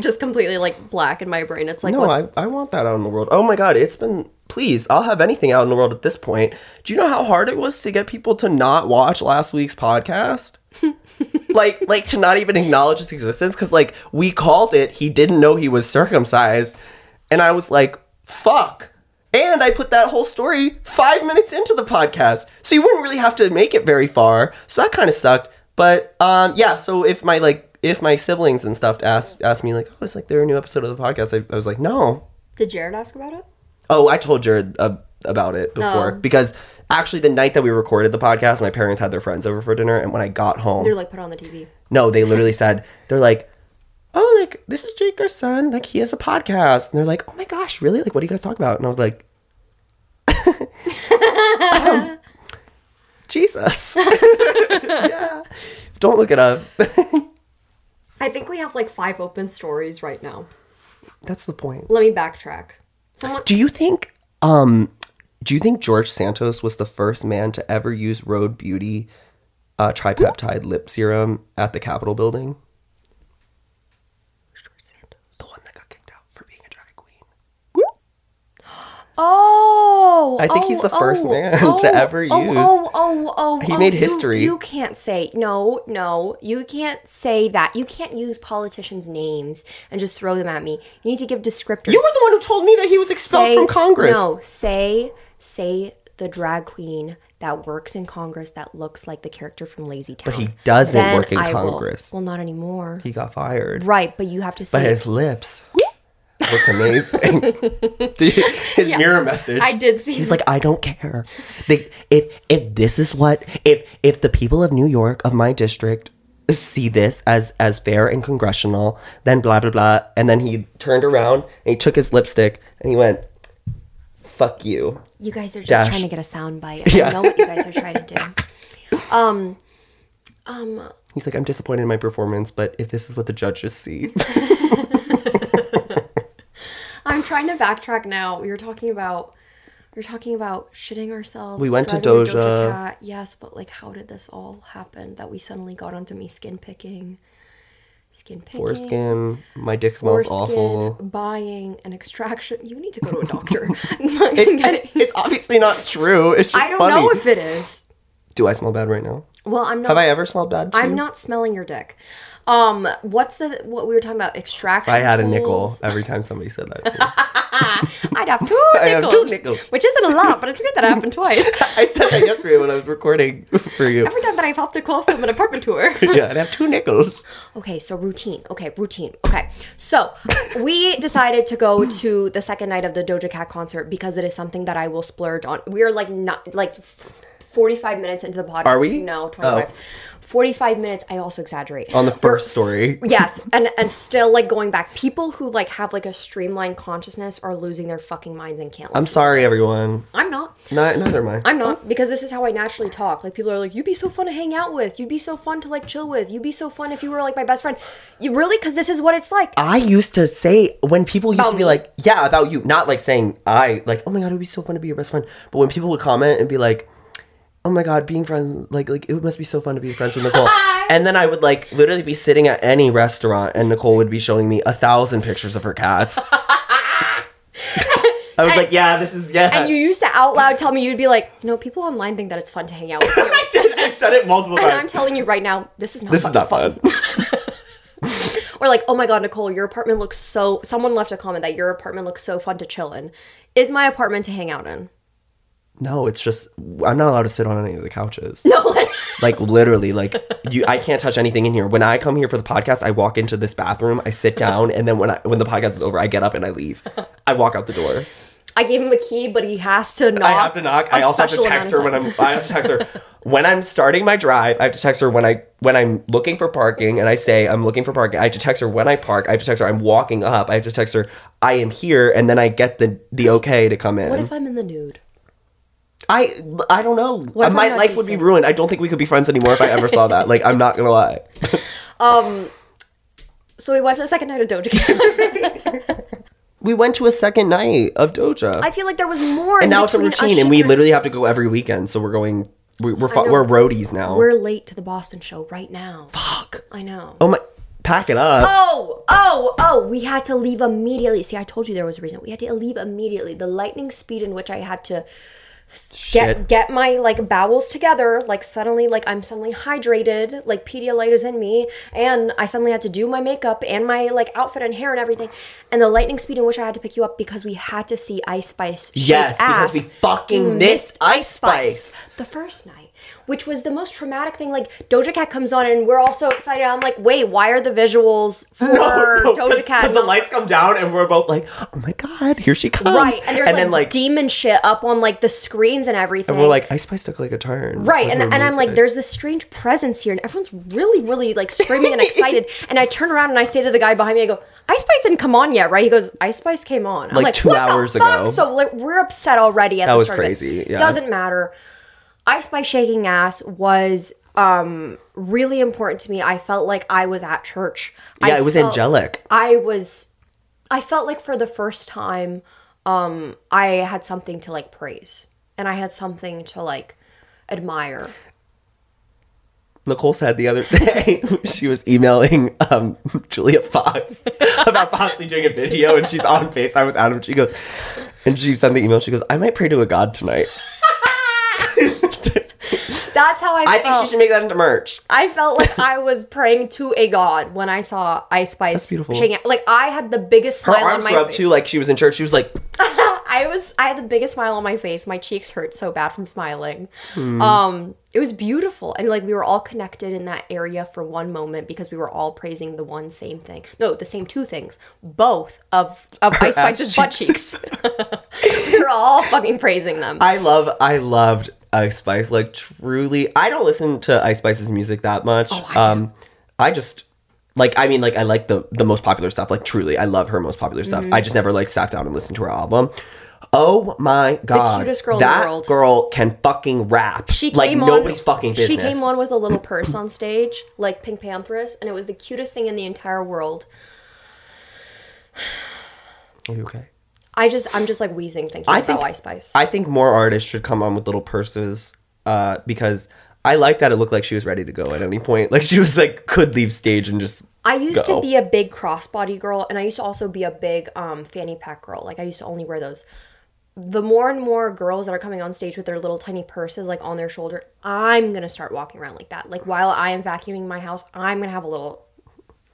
C: just completely like black in my brain. It's like
B: no,
C: what
B: I, I want that out in the world. Oh my god, it's been. Please, I'll have anything out in the world at this point. Do you know how hard it was to get people to not watch last week's podcast? like, like to not even acknowledge its existence because, like, we called it. He didn't know he was circumcised, and I was like, "Fuck." And I put that whole story five minutes into the podcast, so you wouldn't really have to make it very far. So that kind of sucked. But um, yeah, so if my like if my siblings and stuff asked asked me like, oh, it's like there a new episode of the podcast? I, I was like, no.
C: Did Jared ask about it?
B: Oh, I told Jared uh, about it before because actually the night that we recorded the podcast, my parents had their friends over for dinner, and when I got home,
C: They're like put on the TV.
B: no, they literally said they're like, "Oh, like this is Jake, our son. Like he has a podcast." And they're like, "Oh my gosh, really? Like what do you guys talk about?" And I was like, um, "Jesus, yeah, don't look it up."
C: I think we have like five open stories right now.
B: That's the point.
C: Let me backtrack. Someone
B: Do you think, um, do you think George Santos was the first man to ever use Road Beauty uh, tripeptide lip serum at the Capitol building? George Santos, the one that got kicked out for being a drag queen.
C: Oh,
B: I think he's the first man to ever
C: oh,
B: use-
C: Oh, oh, oh,
B: He
C: oh,
B: made
C: you-
B: history.
C: You, can't say no, no. You can't say that. You can't use politicians' names and just throw them at me. You need to give descriptors.
B: You were the one who told me that he was expelled
C: Say-
B: from Congress.
C: No, say say the drag queen that works in Congress that looks like the character from Lazy Town.
B: he doesn't
C: Then
B: work in
C: I will-
B: Congress.
C: Well, not anymore.
B: He got fired.
C: right, but you have to
B: But
C: say
B: his lips looked amazing. The- his mirror message.
C: I did see
B: He's like, I don't care. They, if if this is what if if the people of New York of my district see this as as fair and congressional, then blah blah blah. And then he turned around and he took his lipstick and he went, "Fuck you."
C: You guys are just
B: Dash.
C: trying to get a sound bite.
B: Yeah.
C: I know what you guys are trying to do. Um, um,
B: He's like, "I'm disappointed in my performance, but if this is what the judges see,
C: I'm trying to backtrack now. We were talking about we were talking about shitting ourselves.
B: We went to
C: driving a
B: Doja.
C: Cat. Yes, but like, how did this all happen? That we suddenly got onto me skin picking, skin picking,
B: foreskin, my dick smells
C: foreskin,
B: awful."
C: buying an extraction. You need to go to a doctor.
B: It- it's obviously not true. It's just
C: I don't
B: funny.
C: know if it is.
B: Do I smell bad right now?
C: Well, I'm not.
B: Have I ever smelled bad too?
C: I'm not smelling your dick. Um, what's the what we were talking about extraction?
B: I had a nickel
C: tools?
B: every time somebody said that. to me.
C: I'd have two
B: I have
C: nickels,
B: two nickels.
C: which isn't a lot, but it's good that happened twice.
B: I said that yesterday when I was recording for you.
C: Every time that I've helped a call from an apartment tour.
B: yeah, I'd have two nickels.
C: Okay, so routine. Okay, routine. Okay, so we decided to go to the second night of the Doja Cat concert because it is something that I will splurge on. We are like not like forty-five minutes into the podcast.
B: Are we?
C: No, twenty-five.
B: Oh.
C: Forty-five minutes. I also exaggerate.
B: On the first story.
C: yes, and and still like going back, people who like have like a streamlined consciousness are losing their fucking minds and can't.
B: I'm Oh.
C: listen to
B: sorry,
C: this.
B: everyone.
C: I'm not.
B: Not, neither am I.
C: I'm not because this is how I naturally talk. Like people are like, "You'd be so fun to hang out with. You'd be so fun to like chill with. You'd be so fun if you were like my best friend." You really? Because this is what it's like.
B: I used to say when people used to be
C: me.
B: like, "Yeah, about you," not like saying I, like, "Oh my god, it would be so fun to be your best friend." But when people would comment and be like, "Oh my god, being friends, like, like it must be so fun to be friends with Nicole," and then I would like literally be sitting at any restaurant and Nicole would be showing me a thousand pictures of her cats. I was like, "Yeah, this is yeah."
C: and you used to out loud tell me you'd be like, "You know, people online think that it's fun to hang out with you."
B: I did. I've said it multiple
C: and I'm
B: times.
C: telling you right now, this is not.
B: This is
C: fucking
B: not fun.
C: Or like, "Oh my god, Nicole, your apartment looks so." Someone left a comment that your apartment looks so fun to chill in. Is my apartment to hang out in?
B: no, it's just I'm not allowed to sit on any of the couches.
C: No.
B: Like literally, like you, I can't touch anything in here. When I come here for the podcast, I walk into this bathroom, I sit down, and then when I, when the podcast is over, I get up and I leave. I walk out the door.
C: I gave him a key, but he has to knock.
B: I have to knock. I
C: a
B: also have to
C: special
B: text
C: amount
B: her
C: of
B: when
C: time.
B: I'm. I have to text her when I'm starting my drive. I have to text her when I when I'm looking for parking, and I say I'm looking for parking. I have to text her when I park. I have to text her I'm walking up. I have to text her I am here, and then I get the the okay to come in.
C: What if I'm in the nude?
B: I I don't know.
C: if
B: my
C: I'm not
B: life would be
C: decent?
B: ruined. I don't think we could be friends anymore if I ever saw that. Like I'm not gonna lie.
C: So we watched the second night of Doja Cat.
B: We went to a second night of Doja,
C: I feel like there was more.
B: and now it's a routine, and we
C: literally
B: literally have to go every weekend. So we're going. We, we're fo- we're roadies now.
C: we're late to the Boston show right now.
B: Fuck.
C: I know.
B: Oh my! Pack it up.
C: Oh, oh, oh, we had to leave immediately. See, I told you there was a reason. We had to leave immediately. The lightning speed in which I had to
B: Shit.
C: get get my like bowels together, like suddenly like I'm suddenly hydrated, like Pedialyte is in me, and I suddenly had to do my makeup and my like outfit and hair and everything. And the lightning speed in which I had to pick you up because we had to see Ice Spice. shake
B: Yes, because
C: ass.
B: we fucking missed Ice Spice.
C: the first night, which was the most traumatic thing. Like Doja Cat comes on and we're all so excited. I'm like, wait, why are the visuals for Doja Cat?
B: Because the
C: not-
B: lights come down, and we're both like, "Oh my god, here she comes!"
C: right, and there's
B: then
C: like,
B: like,
C: demon shit up on like the screens and everything.
B: we're like, "Ice Spice took like a turn."
C: Right,
B: with
C: and,
B: her
C: and I'm like,
B: music.
C: there's this strange presence here, and everyone's really, really like screaming and excited. and I turn around and I say to the guy behind me, I go, Ice Spice didn't come on yet, right? He goes, Ice Spice came on. I'm
B: Like, two
C: "What the
B: hours
C: fuck?"
B: ago.
C: So like we're upset already at
B: That
C: the
B: was
C: start of it.
B: crazy, yeah.
C: Doesn't matter. Ice Spice shaking ass was um really important to me. I felt like I was at church.
B: yeah,
C: I
B: it was
C: felt-
B: angelic.
C: I was I felt like for the first time um I had something to like praise and I had something to like admire.
B: Nicole said the other day she was emailing um, Julia Fox about possibly doing a video, and she's on Facetime with Adam. She goes, and she sent the email. She goes, "I might pray to a god tonight."
C: That's how I,
B: I
C: felt.
B: think she should make that into merch.
C: I felt like I was praying to a god when I saw Ice Spice
B: beautiful.
C: shaking out. Like I had the biggest
B: Her
C: smile on
B: arms
C: my
B: were up
C: face.
B: too, like she was in church. She was like,
C: I was I had the biggest smile on my face. My cheeks hurt so bad from smiling.
B: Hmm.
C: Um it was beautiful and like we were all connected in that area for one moment because we were all praising the one same thing. No, the same two things. Both of of Ice
B: ass
C: Spice's butt
B: cheeks.
C: cheeks. we were all fucking praising them.
B: I love, I loved Ice Spice. Like truly, I don't listen to Ice Spice's music that much.
C: Oh,
B: um, I just like, I mean, like I like the the most popular stuff. Like truly, I love her most popular
C: Mm-hmm.
B: stuff. I just never like sat down and listened to her album. Oh my god,
C: cutest girl in the
B: that
C: world.
B: girl can fucking rap.
C: She
B: like
C: came
B: nobody's
C: on,
B: fucking business.
C: She came on with a little purse on stage, like Pink Panthers, and it was the cutest thing in the entire world.
B: Are you okay?
C: I just, I'm just like wheezing thinking
B: I
C: about
B: think-
C: Ice Spice.
B: I think more artists should come on with little purses uh, because I like that it looked like she was ready to go at any point. Like she was like could leave stage and just
C: I used
B: go.
C: to be a big crossbody girl, and I used to also be a big um, fanny pack girl. Like I used to only wear those the more and more girls that are coming on stage with their little tiny purses like on their shoulder, I'm gonna start walking around like that. Like while I am vacuuming my house, I'm gonna have a little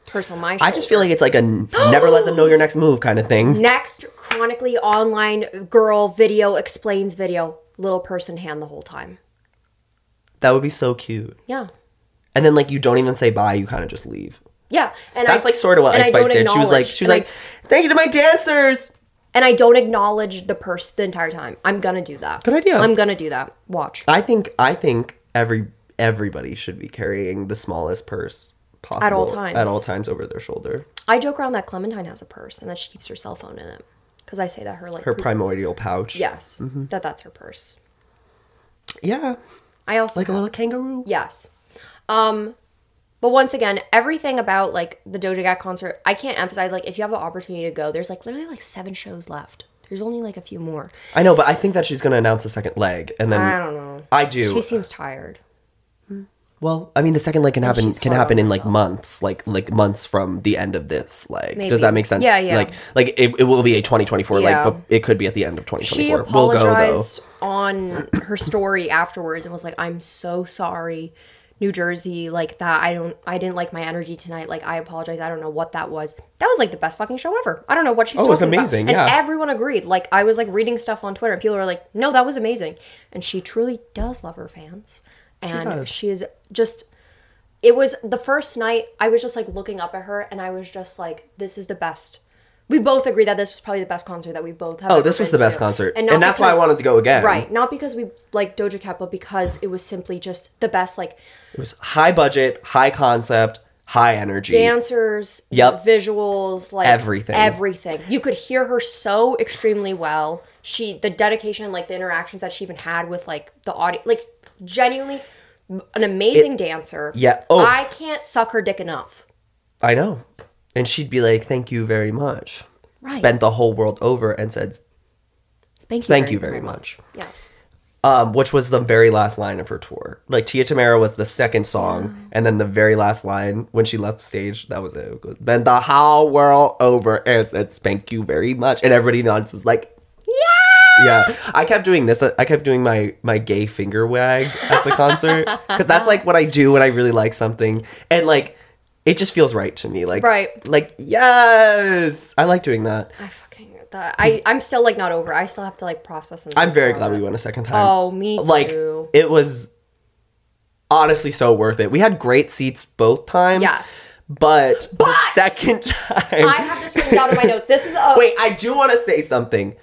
C: purse on my shoulder.
B: I just feel like it's like a n- never let them know your next move kind of thing.
C: next chronically online girl video explains video, little person hand the whole time.
B: That would be so cute.
C: Yeah.
B: And then like you don't even say bye, you kind of just leave.
C: Yeah. And
B: That's
C: I,
B: like sort of what
C: and
B: Ice Spice
C: don't
B: did. She was like,
C: acknowledge-
B: she was
C: and I-
B: like, thank you to my dancers.
C: and I don't acknowledge the purse the entire time. I'm gonna do that.
B: Good idea.
C: I'm gonna do that. Watch.
B: I think I think every everybody should be carrying the smallest purse possible
C: all times.
B: at all times over their shoulder.
C: I joke around that Clementine has a purse and that she keeps her cell phone in it because I say that her like
B: Her Mm-hmm. primordial pouch.
C: yes that that's her purse.
B: Yeah.
C: I also
B: Like a little kangaroo.
C: Yes. Um but once again, everything about like the Doja Cat concert, I can't emphasize like if you have the opportunity to go, there's like literally like seven shows left. There's only like a few more.
B: I know, but I think that she's gonna announce a second leg and then
C: I don't know.
B: I do.
C: She seems tired.
B: well, I mean the second leg can happen
C: she's
B: can
C: hard
B: happen
C: on
B: in like months, like like months from the end of this leg.
C: Maybe.
B: Does that make sense?
C: Yeah, yeah.
B: Like like it, it will be a 2024
C: Yeah.
B: leg, but it could be at the end of
C: She
B: 2024. We'll go though.
C: apologized on her story afterwards and was like, "I'm so sorry, New Jersey, like that. I don't, I didn't like my energy tonight. Like, I apologize. I don't know what that was. That was like the best fucking show ever. I don't know what she's
B: Oh, it
C: talking
B: was
C: about."
B: amazing,
C: And
B: yeah.
C: everyone agreed. Like, I was like reading stuff on Twitter, and people were like, "No, that was amazing." And she truly does love her fans, and
B: does.
C: she is just it was the first night I was just like looking up at her and I was just like, this is the best. We both agree that this was probably the best concert that we both have.
B: Oh,
C: ever
B: this was
C: been
B: the best
C: to.
B: concert.
C: not
B: And that's why I wanted to go again.
C: Right. Not because we like Doja Cat, but because it was simply just the best, like
B: It was high budget, high concept, high energy.
C: dancers,
B: Yep.
C: visuals, like
B: Everything.
C: Everything. You could hear her so extremely well. She the dedication, like the interactions that she even had with like the audience like genuinely an amazing dancer.
B: Yeah. Oh.
C: I can't suck her dick enough.
B: I know. And she'd be like, "Thank you very much."
C: Right.
B: Bent the whole world over and said,
C: Thank you.
B: "Thank you very much."
C: Yes.
B: Um, which was the very last line of her tour. Like Tia Tamara was the second song, and then the very last line when she left stage, that was it. it goes, Bent the whole world over and said, "Thank you very much," and everybody in the audience was like. Yeah, I kept doing this. I kept doing my my gay finger wag at the concert because that's like what I do when I really like something, and like it just feels right to me. Like
C: Right.
B: like yes, I like doing that.
C: I fucking that. I I'm still like not over. it. I still have to like process. And
B: Hmm. I'm very glad we went a second time.
C: Oh, me
B: Like
C: too.
B: it was honestly so worth it. We had great seats both times.
C: Yes.
B: but, the
C: But-
B: second time,
C: I have this written down in my notes. This is a
B: Wait, I do want to say something.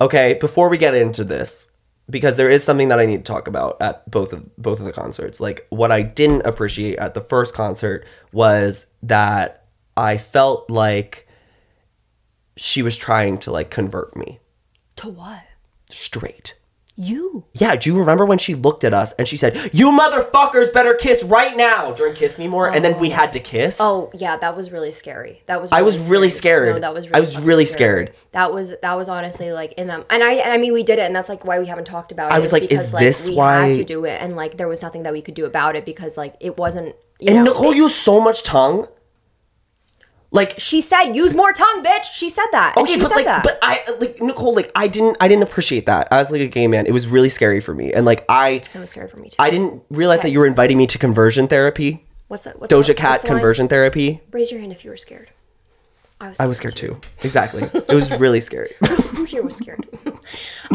B: Okay, before we get into this, because there is something that I need to talk about at both of both of the concerts. Like what I didn't appreciate at the first concert was that I felt like she was trying to like convert me
C: to what
B: straight.
C: you.
B: Yeah, do you remember when she looked at us and she said, "You motherfuckers better kiss right now" during "Kiss Me More," and then we had to kiss.
C: Oh yeah, that was really scary. That was.
B: I was really scared.
C: No, that was.
B: I was
C: fucking
B: really
C: That was that was honestly like in them, and I and I mean we did it, and that's like why we haven't talked about it.
B: was like, is this
C: we
B: why-
C: had to do it, and like there was nothing that we could do about it because like it wasn't. You
B: and
C: know,
B: Nicole used so much tongue. Like
C: she said, "Use more tongue, bitch." She said that. and
B: okay,
C: she
B: but
C: said
B: Oh, like,
C: that.
B: but I like Nicole. Like I didn't, I didn't appreciate that. I was like a gay man. It was really scary for me, and like I,
C: it was scary for me too.
B: I didn't realize that you were inviting me to conversion therapy,
C: what's that? What's
B: Doja
C: that-
B: Cat
C: what's the line?
B: conversion therapy.
C: Raise your hand if you were scared. I was.
B: I was scared too. Exactly. it was really scary.
C: Who here was scared?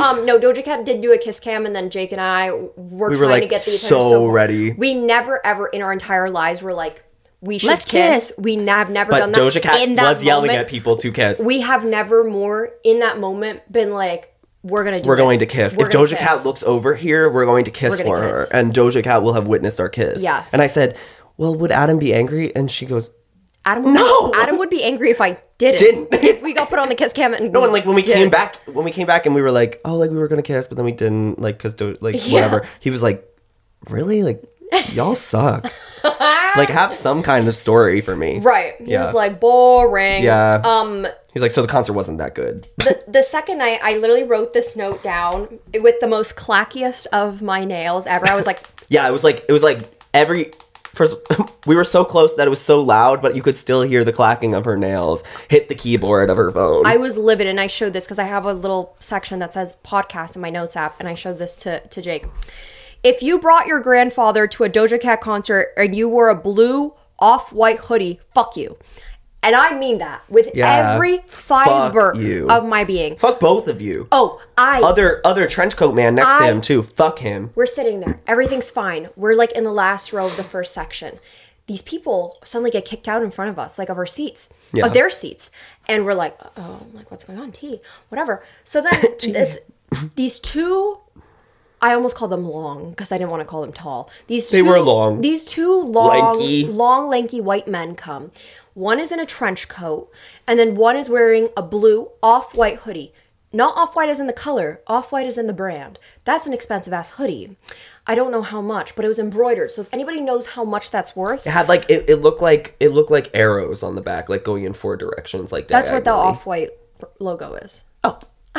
C: um, no, Doja Cat did do a kiss cam, and then Jake and I were trying to
B: like,
C: get the attention
B: so
C: hard.
B: ready.
C: We never ever in our entire lives were like, we should
B: Let's
C: kiss.
B: kiss.
C: We n- have never done
B: But
C: that.
B: Doja Cat
C: In
B: was
C: that
B: yelling
C: moment,
B: at people to kiss.
C: We have never more in that moment been like, we're gonna do
B: we're
C: it.
B: going to kiss.
C: We're
B: if
C: gonna
B: Doja Cat
C: kiss.
B: looks over here, we're going to kiss
C: We're gonna
B: for
C: kiss.
B: her, and Doja Cat will have witnessed our kiss.
C: Yes.
B: And I said, "Well, would Adam be angry?" And she goes,
C: Adam would
B: No!
C: be, Adam would be angry if I didn't.
B: Didn't.
C: if we got put on the kiss cam and
B: "No." And like when we came back, when we came back, and we were like, "Oh, like we were gonna kiss, but then we didn't, like, cause Do- like
C: Yeah.
B: whatever." He was like, "Really? Like, y'all suck. like, have some kind of story for me."
C: Right. He
B: Yeah.
C: was like boring.
B: Yeah.
C: Um.
B: He's like, "So the concert wasn't that good."
C: the, the second night I literally wrote this note down with the most clackiest of my nails ever. I was like,
B: yeah, it was like it was like every first we were so close that it was so loud, but you could still hear the clacking of her nails hit the keyboard of her phone.
C: I was livid and I showed this because I have a little section that says podcast in my notes app and I showed this to, to Jake. If you brought your grandfather to a Doja Cat concert and you wore a blue off white hoodie, fuck you. And I mean that with
B: Yeah.
C: every
B: Fuck
C: fiber
B: you.
C: of my being.
B: Fuck both of you.
C: Oh, I
B: Other other trench coat man next to
C: I-
B: him too. Fuck him.
C: We're sitting there. Everything's fine. We're like in the last row of the first section. These people suddenly get kicked out in front of us, like of our seats, of their seats. And we're like, oh, like what's going on? Tea, whatever. So then this, these two, I almost call them long because I didn't want to call them tall. These
B: They
C: two,
B: were long.
C: These two long,
B: Lanky.
C: long, lanky white men come. One is in a trench coat, and then one is wearing a blue off white hoodie. Not off white as in the color, off white as in the brand. That's an expensive ass hoodie. I don't know how much, but it was embroidered. So if anybody knows how much that's worth,
B: It had like it, it looked like it looked like arrows on the back, like going in four directions, like
C: that's what the
B: diagonally.
C: off white logo is. Oh.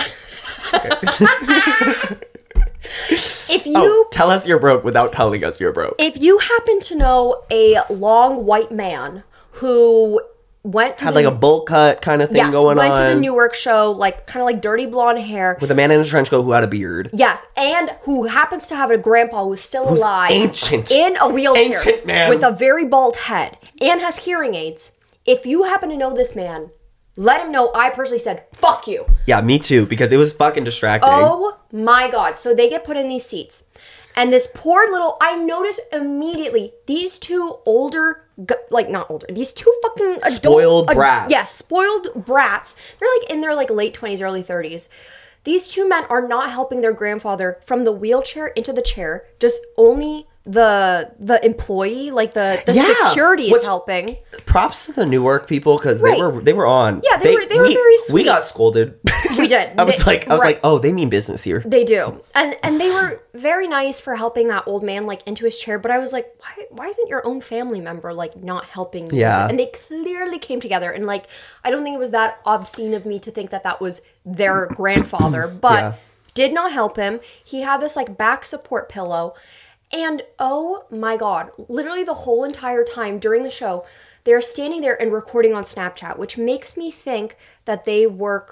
C: if you
B: Oh, tell us you're broke without telling us you're broke.
C: If you happen to know a long white man who went to
B: had
C: the,
B: like a bowl cut kind of thing
C: yes,
B: going
C: went
B: on
C: to the Newark show, like kind of like dirty blonde hair.
B: with a man in a trench coat who had a beard.
C: yes, and who happens to have a grandpa who's still alive,
B: ancient.
C: in a wheelchair,
B: Ancient man.
C: with a very bald head, and has hearing aids. If you happen to know this man, let him know I personally said fuck you.
B: Yeah, me too, because it was fucking distracting.
C: Oh my god. So they get put in these seats. And this poor little I notice immediately these two older gu- like not older. These two fucking adult,
B: Spoiled
C: ad-
B: brats.
C: yeah, spoiled brats. They're like in their like late 20s early 30s. These two men are not helping their grandfather from the wheelchair into the chair. Just only the the employee, like the the
B: Yeah,
C: security is
B: what's-
C: helping.
B: Props to the Newark people because
C: Right.
B: they were they were on.
C: Yeah, they were- they were
B: we-
C: very
B: We
C: sweet.
B: got scolded.
C: We did.
B: I was
C: They-
B: like I was
C: right.
B: like, oh, they mean business here.
C: They do, and and they were very nice for helping that old man like into his chair. But I was like, why why isn't your own family member like not helping? You
B: Yeah.
C: and they clearly came together, and like I don't think it was that obscene of me to think that that was their grandfather, but
B: Yeah.
C: did not help him. He had this like back support pillow, and oh my god, literally the whole entire time during the show, they're standing there and recording on Snapchat, which makes me think that they work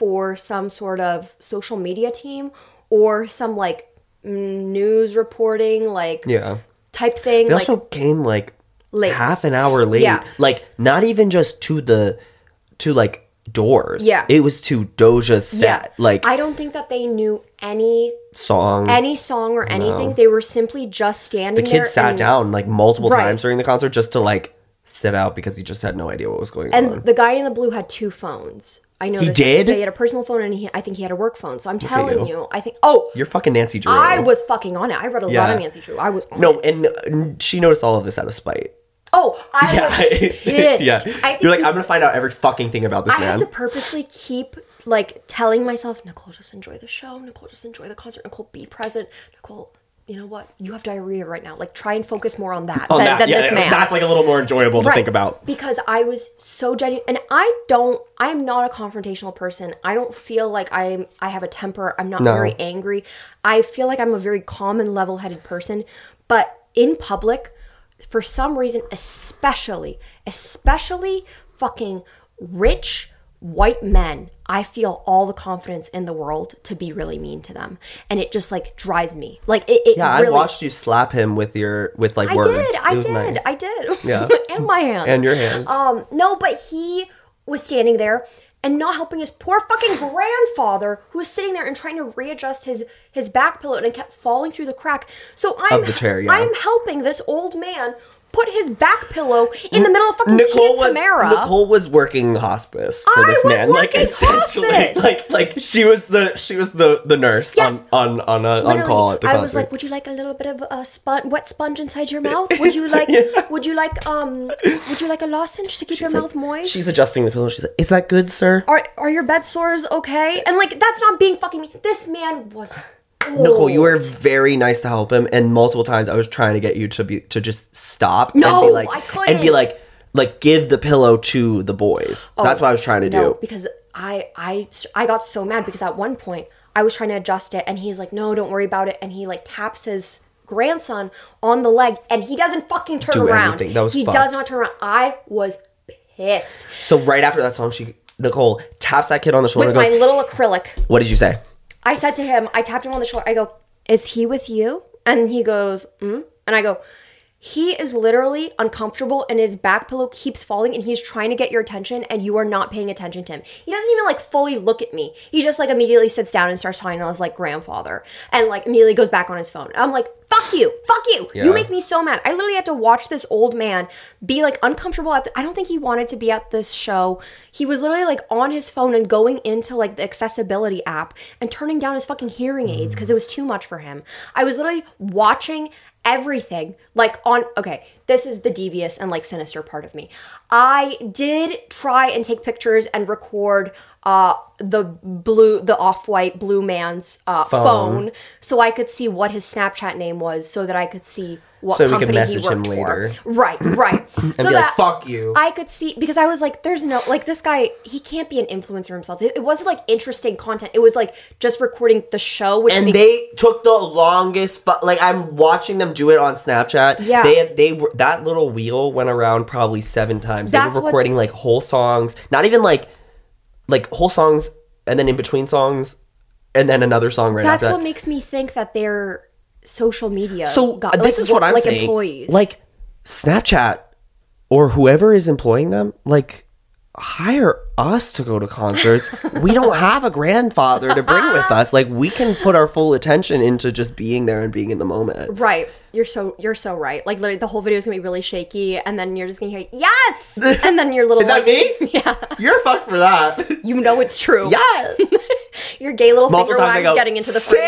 C: for some sort of social media team or some like mm, news reporting like
B: Yeah.
C: type thing.
B: They
C: like
B: also came like
C: Late.
B: half an hour late.
C: Yeah.
B: Like not even just to the to like doors.
C: Yeah.
B: It was to Doja's
C: yeah,
B: set. Like
C: I don't think that they knew any
B: song.
C: any song or anything. They were simply just standing.
B: the
C: there
B: kid sat
C: and-
B: down like multiple
C: Right.
B: times during the concert just to like sit out because he just had no idea what was going on.
C: And the guy in the blue had two phones. I know
B: did?
C: He had a personal phone, and he, I think he had a work phone. So I'm telling
B: you.
C: you, I think. Oh,
B: You're fucking Nancy Drew.
C: I was fucking on it. I read a lot
B: Yeah.
C: of Nancy Drew. I was on
B: No,
C: It.
B: and uh, she noticed all of this out of spite.
C: Oh, I was pissed.
B: yeah.
C: I had to
B: You're like,
C: keep-
B: I'm gonna find out every fucking thing about this
C: I
B: man.
C: have to purposely keep like telling myself, Nicole, just enjoy the show. Nicole, just enjoy the concert. Nicole, be present. Nicole, you know what? You have diarrhea right now. Like, try and focus more on that
B: On
C: than,
B: that,
C: than
B: yeah,
C: this man.
B: that's like a little more enjoyable to
C: Right.
B: think about.
C: because I was so genuine, and I don't. I'm not a confrontational person. I don't feel like I'm. I have a temper. I'm not
B: No.
C: very angry. I feel like I'm a very calm and level-headed person. But in public, for some reason, especially, especially fucking rich white men, I feel all the confidence in the world to be really mean to them, and it just like drives me. Like it. it
B: Yeah,
C: really,
B: I watched you slap him with your with like
C: I
B: words.
C: did. I
B: it was
C: did.
B: nice.
C: I did.
B: Yeah.
C: and my hands.
B: And your hands.
C: Um, no, but he was standing there and not helping his poor fucking grandfather who was sitting there and trying to readjust his his back pillow and it kept falling through the crack. So I'm
B: the chair, yeah.
C: I'm helping this old man put his back pillow in the middle of fucking
B: Nicole
C: Tia
B: was
C: Tamara.
B: Nicole was working hospice for
C: I
B: this
C: was
B: man, like
C: working
B: essentially,
C: hospice!
B: like like she was the she was the the nurse
C: Yes.
B: on on on, a, on
C: Literally,
B: call at the
C: I
B: concert.
C: was like, "Would you like a little bit of a spon- wet sponge inside your mouth? Would you like? Would you like? Um, would you like a lozenge to keep your mouth moist?"
B: She's adjusting the pillow. She's like, "Is that good, sir?"
C: are are your bed sores okay? And like that's not being fucking me. This man was old.
B: Nicole, you were very nice to help him, and multiple times I was trying to get you to be to just stop and
C: No,
B: be like,
C: I
B: and be
C: couldn't. Oh,
B: like, like give the pillow to the boys. That's what I was trying to
C: no,
B: do.
C: because I I I got so mad because at one point I was trying to adjust it and he's like, no, don't worry about it, and he like taps his grandson on the leg and he doesn't fucking turn
B: Do
C: around.
B: anything. That was
C: he
B: fucked.
C: does not turn around. I was pissed.
B: So right after that song, she Nicole taps that kid on the shoulder
C: With
B: and
C: my
B: goes,
C: little acrylic.
B: "What did you say?"
C: I said to him, I tapped him on the shoulder. I go, "Is he with you?" And he goes, "Mm." And I go, "He is literally uncomfortable, and his back pillow keeps falling, and he's trying to get your attention, and you are not paying attention to him. He doesn't even like fully look at me. He just like immediately sits down and starts talking to his like grandfather, and like immediately goes back on his phone. I'm like, "Fuck you, fuck you! You make me so mad." I literally had to watch this old man be like uncomfortable at. The, I don't think he wanted to be at this show. He was literally like on his phone and going into like the accessibility app and turning down his fucking hearing
B: Mm.
C: aids because it was too much for him. I was literally watching everything like on okay this is the devious and like sinister part of me i did try and take pictures and record uh the blue the off-white blue man's uh phone, so i could see what his snapchat name was so that i could see what
B: So we could
C: company
B: message
C: he
B: him
C: worked
B: later.
C: for right right so
B: And be like, "Fuck you."
C: I could see because I was like, there's no like this guy, he can't be an influencer himself. It, it wasn't like interesting content. It was like just recording the show, which
B: and
C: makes-
B: they took the longest. Fu- like I'm watching them do it on Snapchat.
C: Yeah.
B: they they were that little wheel went around probably seven times. They
C: That's
B: were
C: what's-
B: recording like whole songs, not even like like whole songs, and then in between songs, and then another song right
C: that's
B: after.
C: what
B: that.
C: makes me think that they're social media.
B: so uh,
C: got-
B: this
C: Oh, like,
B: is what I'm
C: like
B: saying.
C: Employees,
B: Like Snapchat or whoever is employing them, like. Hire us to go to concerts. we don't have a grandfather to bring with us. Like we can put our full attention into just being there and being in the moment.
C: Right. You're so you're so right. Like literally the whole video is gonna be really shaky and then you're just gonna hear yes and then your little
B: Is that
C: like,
B: me?
C: Yeah.
B: You're fucked for that.
C: You know it's true.
B: Yes.
C: Your gay little
B: Multiple
C: finger
B: times I
C: wags
B: go,
C: getting into the
B: sing.
C: frame.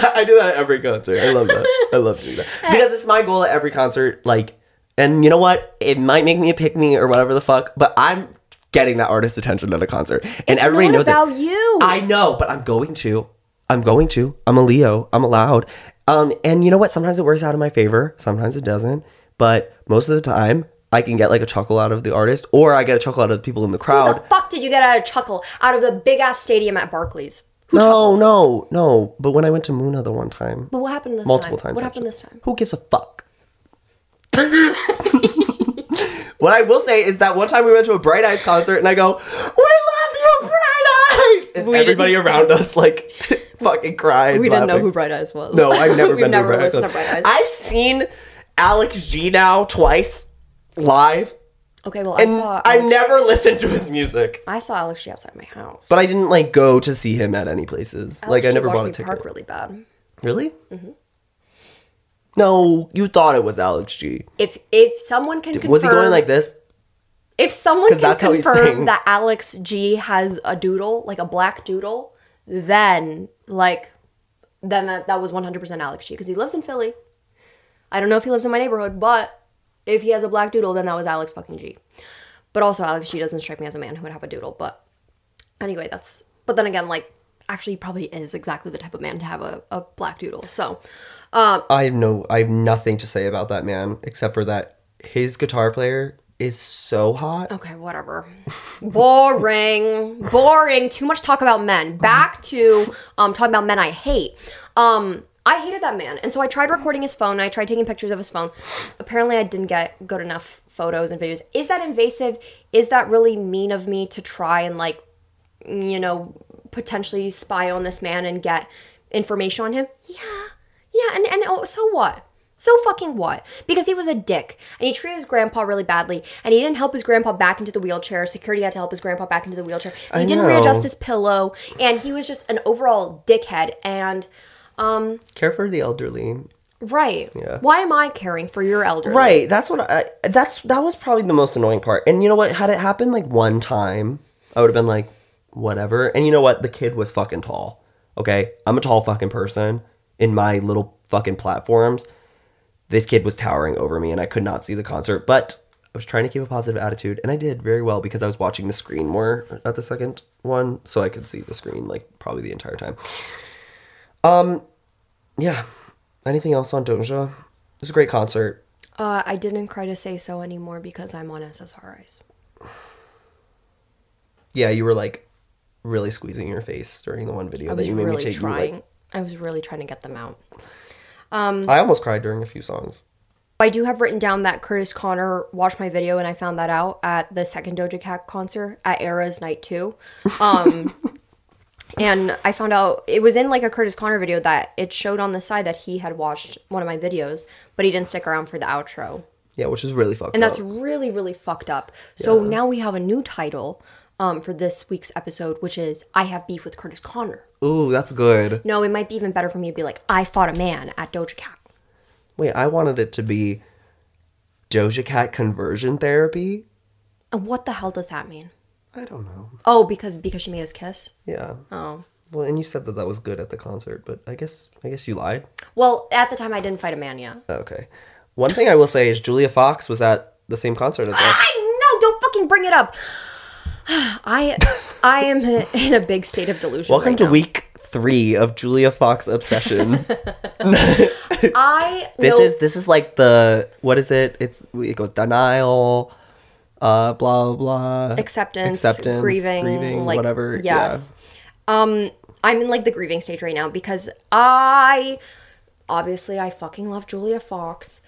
B: I do that at every concert. I love that. I love doing that because it's my goal at every concert. Like, and you know what? It might make me a pick me or whatever the fuck, but I'm getting that artist attention at a concert, and everybody
C: What
B: knows
C: about
B: it. Uh,
C: you?
B: I know, but I'm going to. I'm going to. I'm a Leo. I'm allowed. Um, and you know what? Sometimes it works out in my favor. Sometimes it doesn't. But most of the time, I can get like a chuckle out of the artist, or I get a chuckle out of the people in the
C: How
B: crowd.
C: the fuck did you get out of chuckle out of the big ass stadium at Barclays? Who
B: no,
C: chuckled?
B: no, no. But when I went to Muna the one time,
C: But what happened this
B: multiple times.
C: time? What happened
B: actually,
C: this time?
B: Who gives a fuck? what I will say is that one time we went to a Bright Eyes concert, and I go, "We love you, Bright Eyes!" And
C: We
B: everybody around us like fucking cried.
C: We didn't know
B: laughing.
C: who Bright Eyes was.
B: No, I've never
C: We've
B: been
C: never
B: to a Bright Eyes.
C: listened to
B: concert.
C: Bright Eyes.
B: I've seen Alex G now twice live,
C: okay, well
B: and
C: I saw
B: I
C: Alex,
B: never listened to his music.
C: I saw Alex G outside my house.
B: But I didn't like go to see him at any places. like I
C: She
B: never
C: watched
B: bought a
C: me
B: ticket.
C: Park really bad.
B: Really? No, you thought it was Alex G.
C: If if someone can confirm,
B: Was he going like this?
C: If someone
B: 'Cause
C: can
B: that's how he
C: confirm
B: sings.
C: that Alex G has a doodle, like a black doodle, then like then that, that was 100% Alex G because he lives in Philly. I don't know if he lives in my neighborhood, but if he has a black doodle, then that was Alex fucking G. But also Alex G doesn't strike me as a man who would have a doodle, but anyway, that's but then again, like actually he probably is exactly the type of man to have a, a black doodle. So
B: I have no I have nothing to say about that man except for that his guitar player is so hot.
C: Okay, whatever. Boring. Boring. Too much talk about men. Back to um talking about men I hate. Um I hated that man. And so I tried recording his phone. I tried taking pictures of his phone. Apparently I didn't get good enough photos and videos. Is that invasive? Is that really mean of me to try and like you know, potentially spy on this man and get information on him? Yeah. Yeah, and, and oh, so what? So fucking what? Because he was a dick and he treated his grandpa really badly and he didn't help his grandpa back into the wheelchair. Security had to help his grandpa back into the wheelchair. And he didn't
B: know.
C: readjust his pillow and he was just an overall dickhead and
B: Care for the elderly.
C: right.
B: Yeah.
C: Why am I caring for your elderly?
B: Right, that's what I that's that was probably the most annoying part. And you know what? Had it happened like one time, I would have been like, whatever. And you know what? The kid was fucking tall. Okay? I'm a tall fucking person in my little fucking platforms. this kid was towering over me and I could not see the concert, but I was trying to keep a positive attitude and I did very well because I was watching the screen more at the second one, so I could see the screen like probably the entire time. Um yeah. Anything else on Doja? It was a great concert.
C: Uh, I didn't cry to say so anymore because I'm on SSRIs.
B: Yeah, you were like really squeezing your face during the one video
C: I
B: that
C: was
B: you made
C: really
B: me take you
C: trying.
B: like
C: I was really trying to get them out.
B: I almost cried during a few songs.
C: I do have written down that Curtis Connor watched my video and I found that out at the second Doja Cat concert at Eras Night 2. Um, and I found out it was in like a Curtis Connor video that it showed on the side that he had watched one of my videos, but he didn't stick around for the outro.
B: Yeah, which is really fucked
C: And that's
B: up.
C: really, really fucked up. So now we have a new title um, for this week's episode, which is I Have Beef with Curtis Connor.
B: Ooh, that's good.
C: No, it might be even better for me to be like, I fought a man at Doja Cat.
B: Wait, I wanted it to be Doja Cat conversion therapy.
C: And what the hell does that mean?
B: I don't know.
C: Oh, because because she made us kiss.
B: Yeah.
C: Oh.
B: Well, and you said that that was good at the concert, but I guess I guess you lied.
C: Well, at the time I didn't fight a man yet.
B: Okay. One thing I will say is Julia Fox was at the same concert as us.
C: I no, don't fucking bring it up. I I am in a big state of delusion.
B: Welcome
C: right
B: to
C: now.
B: week three of Julia Fox obsession.
C: I
B: this
C: know-
B: is this is like the what is it? It's it goes denial, uh, blah blah blah,
C: acceptance, grieving, like,
B: whatever.
C: Yes. Um, I'm in like the grieving stage right now because I obviously I fucking love Julia Fox.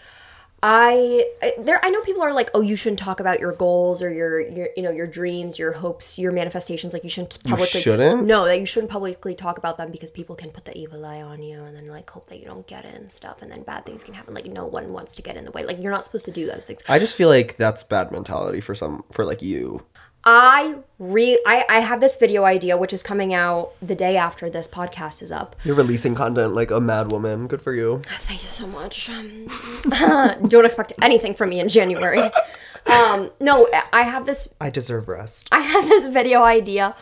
C: I I- there I know people are like, oh, you shouldn't talk about your goals or your your you know your dreams, your hopes, your manifestations. Like you shouldn't publicly
B: shouldn't?
C: no that you shouldn't publicly talk about them because people can put the evil eye on you and then like hope that you don't get it and stuff and then bad things can happen. Like no one wants to get in the way. Like you're not supposed to do those things.
B: Yeah. I just feel like that's bad mentality for some for like you.
C: I re I, I have this video idea which is coming out the day after this podcast is up.
B: You're releasing content like a mad woman. Good for you.
C: Thank you so much. Um, don't expect anything from me in January. Um, no, I have this
B: I deserve rest.
C: I had this video idea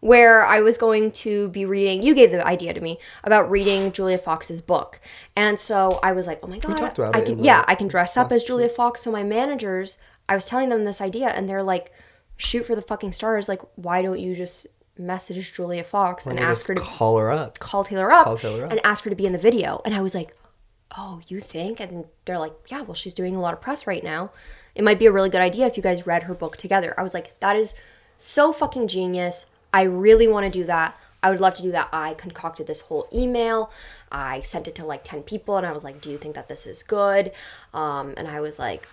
C: where I was going to be reading. You gave the idea to me about reading Julia Fox's book, and so I was like, "Oh my god,
B: talked about
C: I
B: it
C: can,
B: in the
C: yeah, I can dress up as Julia Fox." So my managers, I was telling them this idea, and they're like, "Shoot for the fucking stars! Like, why don't you just message Julia Fox and
B: I
C: ask
B: just
C: her to
B: call her up.
C: call Taylor up,
B: Taylor up.
C: and ask her to be in the video. And I was like, oh, you think? And they're like, yeah, well, she's doing a lot of press right now. It might be a really good idea if you guys read her book together. I was like, that is so fucking genius. I really want to do that. I would love to do that. I concocted this whole email. I sent it to like 10 people and I was like, do you think that this is good? Um, and I was like,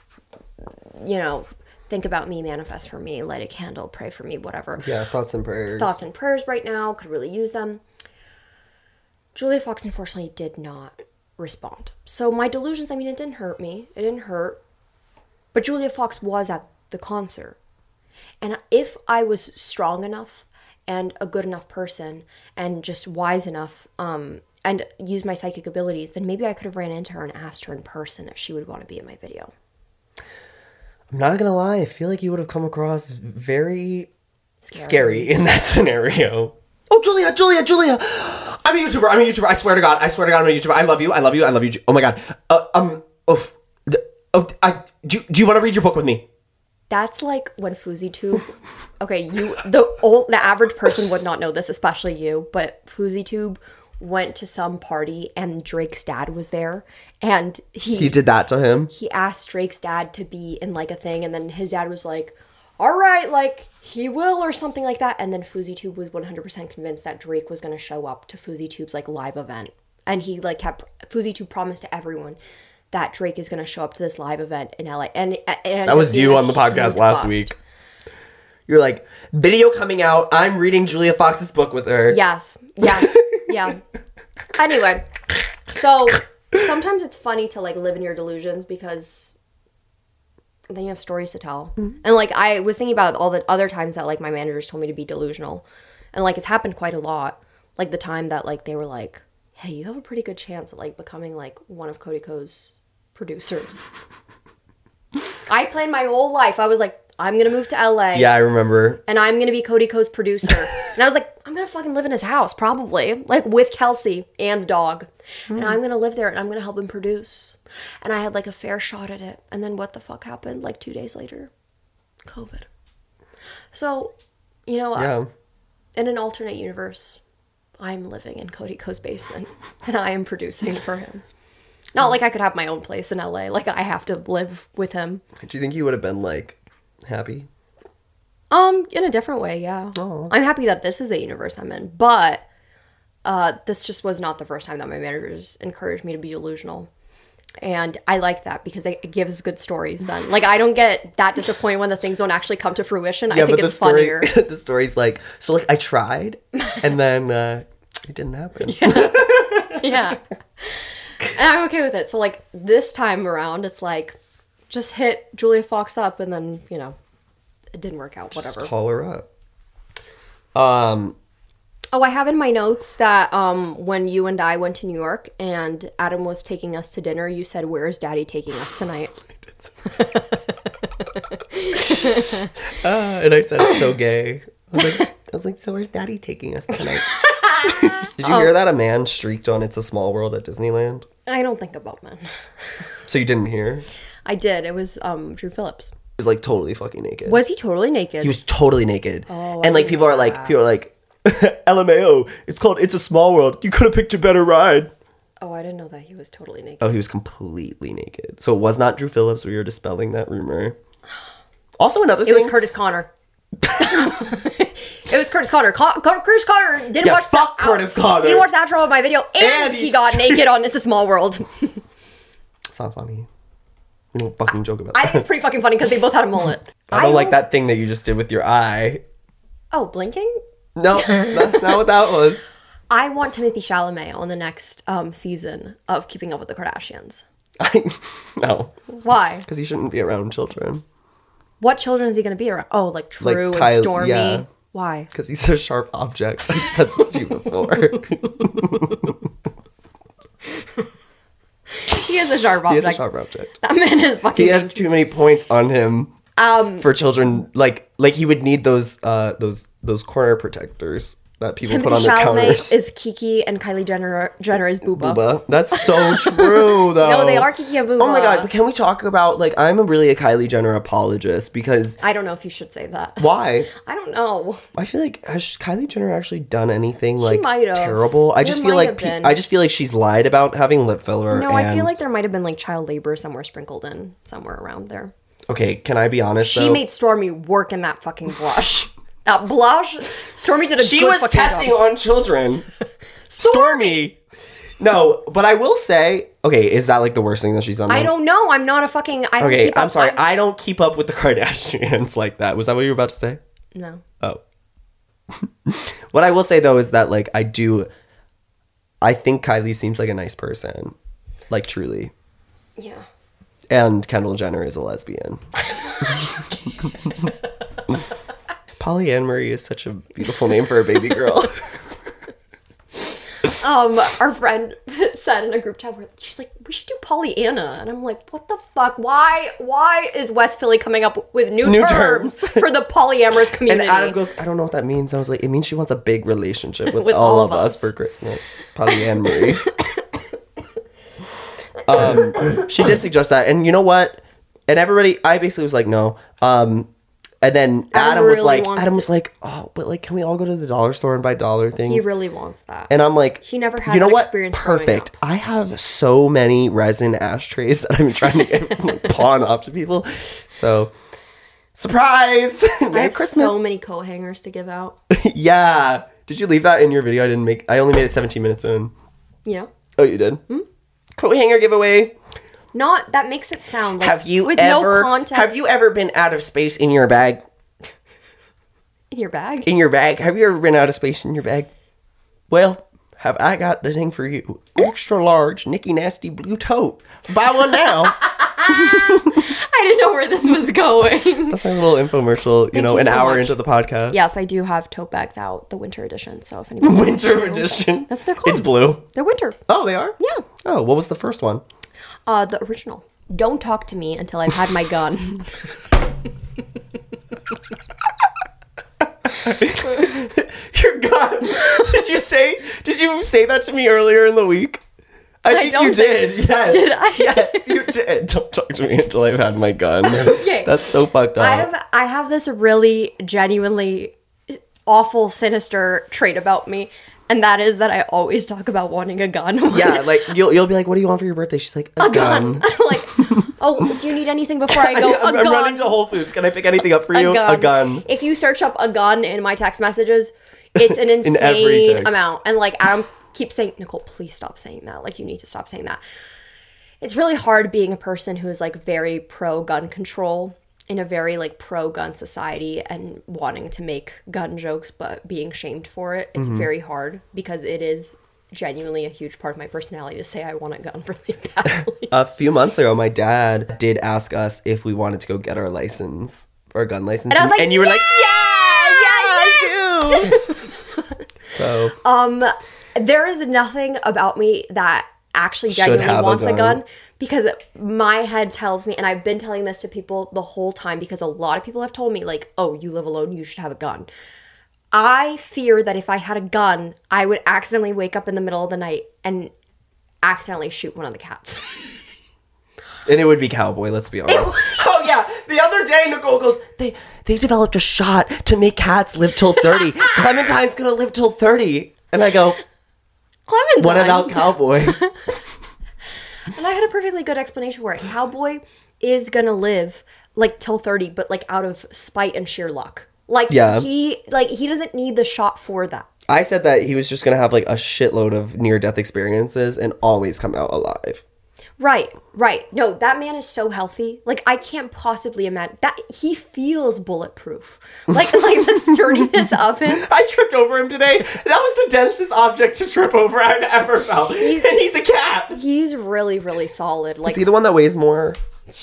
C: you know, think about me, manifest for me, light a candle, pray for me, whatever
B: Yeah, thoughts and prayers.
C: thoughts and prayers right now, could really use them. Julia Fox unfortunately did not respond. So my delusions, I mean, it didn't hurt me. It didn't hurt. But Julia Fox was at the concert. And if I was strong enough and a good enough person and just wise enough um, and used my psychic abilities, then maybe I could have ran into her and asked her in person if she would want to be in my video.
B: I'm not gonna lie. I feel like you would have come across very scary, in that scenario. Oh, Julia, Julia, Julia! I'm a YouTuber. I'm a YouTuber. I swear to God. I swear to God. I'm a YouTuber. I love you. I love you. I love you. Ju- Oh my God. Uh, um. Oh. d- Oh. I. Do, do you want to read your book with me?
C: That's like when FoozyTube. Okay, you the old the average person would not know this, especially you. But FoozyTube went to some party and Drake's dad was there, and he
B: He did that to him.
C: he asked Drake's dad to be in like a thing, and then his dad was like, "All right, like he will" or something like that. And then FoozyTube was one hundred percent convinced that Drake was gonna show up to FoozyTube's like live event, and he like kept FoozyTube promised to everyone that Drake is gonna show up to this live event in LA. And, and
B: That was you on the podcast last week. You're like video coming out. I'm reading Julia Fox's book with her.
C: Yes. Yeah. Yeah. anyway, so sometimes it's funny to like live in your delusions because then you have stories to tell. And like I was thinking about all the other times that like my managers told me to be delusional. And like it's happened quite a lot. Like the time that like they were like, "Hey, you have a pretty good chance at like becoming like one of Cody Co's producers." I planned my whole life. I was like, "I'm going to move to LA."
B: Yeah, I remember.
C: and I'm gonna be Cody Co's producer. and I was like, I'm gonna fucking live in his house, probably, like with Kelsey and the dog. And I'm gonna live there and I'm gonna help him produce. And I had like a fair shot at it. And then what the fuck happened? Like two days later, COVID. So, you know, I-
B: Yeah.
C: in an alternate universe, I'm living in Cody Co's basement and I am producing for him. Not like I could have my own place in LA. Like I have to live with him.
B: Do you think you would have been like happy? Oh,
C: Um, in a different way, yeah. I'm happy that this is the universe I'm in, but uh, this just was not the first time that my managers encouraged me to be delusional. And I like that because it it gives good stories then. Like, I don't get that disappointed when the things don't actually come to fruition. I think
B: the
C: it's
B: story,
C: funnier.
B: the story's like, so like I tried, and then uh, it didn't happen.
C: yeah. And I'm okay with it. So, like, this time around, it's like, just hit Julia Fox up and then, you know, it didn't work out,
B: Just
C: whatever.
B: call her up. Um,
C: Oh, I have in my notes that um, when you and I went to New York and Adam was taking us to dinner, you said, Where is daddy taking us tonight?
B: uh, and I said it's so gay. I was, like, I was like, so where's Daddy taking us tonight? Did you
C: Oh.
B: hear that a man streaked on "It's a Small World" at Disneyland?
C: I don't think about men.
B: So you didn't hear? He
C: I did. It was um, Drew Phillips.
B: was like totally fucking naked.
C: Was Oh, he totally naked?
B: He was totally naked. and like people are like, people are like, LMAO. It's called "It's a Small World." You could have picked a better ride.
C: oh, I didn't know that he was totally naked.
B: Oh, he was completely naked. So it was not Drew Phillips. We were dispelling that rumor. Also, another
C: It
B: thing.
C: was Curtis Connor. it was Curtis Connor. Co- Co- Curtis Connor didn't
B: Yeah,
C: watch
B: fuck
C: the,
B: Curtis Connor.
C: He didn't watch the outro of my video, and,
B: And
C: he
B: he's-
C: got naked on "It's a Small World."
B: It's not funny. We don't fucking joke about
C: I
B: that.
C: think it's pretty fucking funny because they both had a mullet.
B: I don't like that thing that you just did with your eye.
C: Oh, blinking.
B: No, that's not what that was.
C: I want Timothy Chalamet on the next um, season of Keeping Up with the Kardashians.
B: I no,
C: Why?
B: because he shouldn't be around children.
C: What children is he going to be around? Oh, like True and
B: Kylie-
C: Stormy.
B: yeah.
C: Why?
B: Because he's a sharp object. I've said this to you before.
C: He is a sharp
B: he
C: object.
B: is a sharp object.
C: That man is fucking.
B: He has too many points on him. Um, for children, like like he would need those uh those those corner protectors that people put on
C: Timothy
B: their
C: Chalamet
B: counters.
C: is Kiki and Kylie Jenner Jenner is Booba.
B: Booba. That's so true, though.
C: No, they are Kiki and Booba.
B: Oh my god! Can we talk about like I'm a really a Kylie Jenner apologist because
C: I don't know if you should say that.
B: why?
C: I don't know.
B: I feel like has Kylie Jenner actually done anything like
C: might have.
B: terrible? I
C: There
B: just feel
C: might
B: like
C: have
B: pe-
C: been.
B: I just feel like she's lied about having lip filler.
C: No,
B: and...
C: I feel like there might have been like child labor somewhere sprinkled in somewhere around there.
B: okay. Can I be honest?
C: She
B: though?
C: made Stormy work in that fucking blush. that blush. Stormy did a
B: she
C: good
B: was
C: fucking job.
B: testing on children. Stormy. No, but I will say, okay, is that like the worst thing that she's done?
C: I
B: then?
C: don't know. I'm not a fucking. I don't
B: Okay,
C: keep
B: I'm
C: up-
B: sorry.
C: I-
B: I don't keep up with the Kardashians like that. Was that what you were about to say?
C: no.
B: Oh. what I will say though is that like I do I think Kylie seems like a nice person. Like truly.
C: Yeah.
B: And Kendall Jenner is a lesbian. Polly Ann Marie is such a beautiful name for a baby girl.
C: Um, our friend said in a group chat where she's like, "We should do Pollyanna," and I'm like, "What the fuck? Why? Why is West Philly coming up with new,
B: New
C: terms,
B: terms.
C: for the polyamorous
B: and
C: community?"
B: Adam goes, I don't know what that means. I was like, it means she wants a big relationship with,
C: With
B: all, of us. for Christmas. Polly Ann Marie. um, she did suggest that. And you know what? And everybody, I basically was like, no. Um, and then Adam, was
C: really
B: like,
C: wants
B: Adam
C: to-
B: was like, oh, but like, can we all go to the dollar store and buy dollar things?
C: he really wants that.
B: And I'm like,
C: He never had
B: you know
C: that
B: what?
C: experience growing
B: Perfect.
C: up.
B: I have so many resin ashtrays that I'm trying to get like, pawn off to people. So, surprise!
C: I
B: Merry
C: have
B: Christmas.
C: so many coat hangers to give out.
B: yeah. Did you leave that in your video? I didn't make. I only made it 17 minutes in.
C: yeah.
B: Oh, you did. Hmm? Coat hanger giveaway.
C: Not that makes it sound like
B: Have you
C: with
B: ever?
C: no context
B: have you ever been out of space in your bag?
C: in your bag?
B: In your bag. Have you ever been out of space in your bag? Well, have I got the thing for you? Extra large, Nicky Nasty blue tote. Buy one now.
C: I didn't know where this was going.
B: That's my little infomercial, you know,
C: you
B: an
C: so
B: hour
C: much.
B: into the podcast.
C: yes, I do have tote bags out, the winter edition. So if anybody wants
B: Winter
C: to-
B: edition.
C: That's what they're called.
B: It's blue.
C: They're winter.
B: Oh, they are?
C: Yeah.
B: Oh, what was the first one?
C: Uh, the original. Don't talk to me until I've had my gun.
B: Your God. did you say did you say that to me earlier in the week? I, think you
C: don't
B: did.
C: think-
B: yes.
C: Did I?
B: Yes, you did. Don't talk to me until I've had my gun.
C: Okay.
B: That's so fucked up.
C: I have I have this really genuinely awful, sinister trait about me, and that is that I always talk about wanting a gun.
B: yeah, like you'll you'll be like, What do you want for your birthday? She's like, A, gun.
C: I'm like, oh, do you need anything before I go?
B: I'm,
C: a
B: I'm
C: gun.
B: running to Whole Foods. Can I pick anything up for
C: a
B: you?
C: gun.
B: A gun.
C: If you search up a gun in my text messages, It's an
B: In every
C: insane
B: text.
C: amount. And like Adam keeps saying, Nicole, please stop saying that. Like you need to stop saying that. It's really hard being a person who is like very pro gun control in a very like pro gun society and wanting to make gun jokes but being shamed for it.
B: Mm-hmm.
C: It's very hard because it is genuinely a huge part of my personality to say I want a gun really badly.
B: A few months ago, my dad did ask us if we wanted to go get our license, our gun license, and,
C: I was like,
B: and you were like, "Yeah,
C: yeah,
B: I
C: yeah,
B: do." so
C: there is nothing about me that actually
B: Should
C: genuinely
B: have a
C: wants a
B: gun.
C: gun because my head tells me and I've been telling this to people the whole time because a lot of people have told me like, "Oh, you live alone, you should have a gun." I fear that if I had a gun, I would accidentally wake up in the middle of the night and accidentally shoot one of the cats.
B: and it would be cowboy. Let's be honest. oh yeah, the other day Nicole goes, "They they developed a shot to make cats live till 30. Clementine's gonna live till 30. And I go,
C: Clementine.
B: "What about cowboy?"
C: And I had a perfectly good explanation for it. Cowboy is gonna live like till 30, but like out of spite and sheer luck. Like
B: Yeah.
C: he like he doesn't need the shot for that.
B: I said that he was just gonna have like a shitload of near death experiences and always come out alive.
C: Right, right. No, that man is so healthy. Like I can't possibly imagine that he feels bulletproof. Like like the sturdiness of him.
B: I tripped over him today. That was the densest object to trip over I've ever felt. and he's a cat.
C: He's really, really solid. Like
B: Is he the one that weighs more?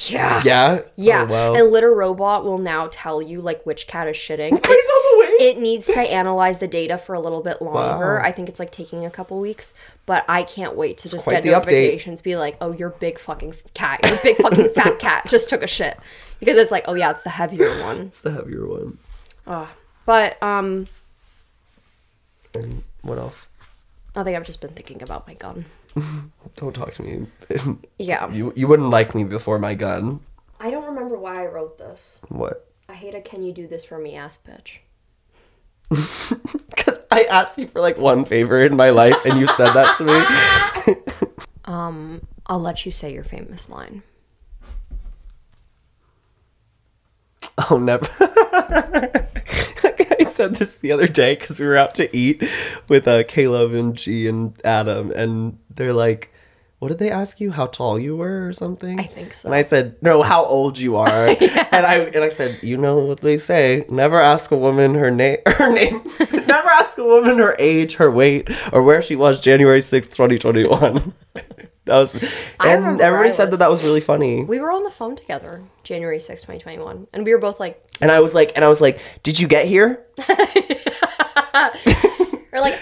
C: yeah.
B: Yeah.
C: Yeah.
B: Oh, wow.
C: And Litter Robot will now tell you like which cat is shitting.
B: he's on the way.
C: it needs to analyze the data for a little bit longer. I think it's like taking a couple weeks, but I can't wait to just
B: quite
C: get
B: the update.
C: notifications. Be like, oh, your big fucking f- cat, your big fucking fat cat just took a shit because it's like, oh yeah, it's the heavier one.
B: it's the heavier one.
C: But um,
B: And what else?
C: I think I've just been thinking about my gun.
B: Don't talk to me.
C: Yeah,
B: you you wouldn't like me before my gun.
C: I don't remember why I wrote this.
B: What?
C: I hate a "Can you do this for me?" ass bitch.
B: Because I asked you for like one favor in my life, and you said that to me.
C: I'll let you say your famous line.
B: Oh, never. I said this the other day because we were out to eat with uh, Caleb and G and Adam, and they're like, "What did they ask you? How tall you were, or something?" I
C: think so.
B: And I said, "No, how old you are." And I and I said, "You know what they say: never ask a woman her name, her name, never ask a woman her age, her weight, or where she was January sixth, twenty twenty one. That was, and
C: remember
B: everybody
C: I
B: said that
C: was-
B: that was really funny.
C: We were on the phone together, January sixth, twenty 2021, and we were both like,
B: And I was like, and I was like, "Did you get here?"
C: we're like,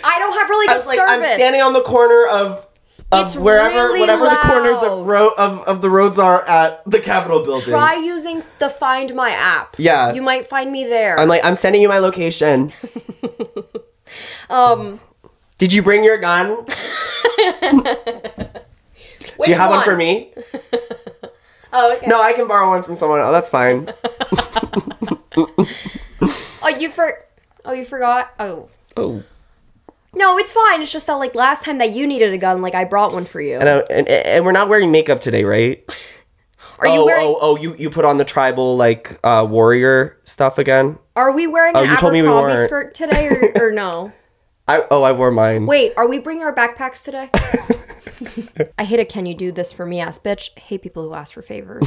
C: I don't have really
B: I
C: good
B: was like,
C: service.
B: I'm standing on the corner of of
C: It's
B: wherever
C: really
B: whatever the corners of
C: loud.
B: road of, of the roads are at the Capitol building.
C: Try using the Find My app.
B: Yeah.
C: You might find me there.
B: I'm like, I'm sending you my location. um
C: Um,
B: Did you bring your gun? Do you have one? for me?
C: Oh, okay.
B: No, I can borrow one from someone. Oh, that's fine.
C: Oh, you for Oh, you forgot? Oh.
B: oh.
C: No, it's fine. It's just that like last time that you needed a gun, like I brought one for you.
B: And, I, and and we're not wearing makeup today, right?
C: Are
B: oh,
C: you wearing
B: oh, oh, you you put on the tribal like uh warrior stuff again?
C: Are we wearing an
B: you told me we
C: Abercrombie
B: weren't.
C: skirt today or, or no?
B: I oh, I wore mine.
C: Wait, are we bringing our backpacks today? I hate a can you do this for me ass bitch. I hate people who ask for favors.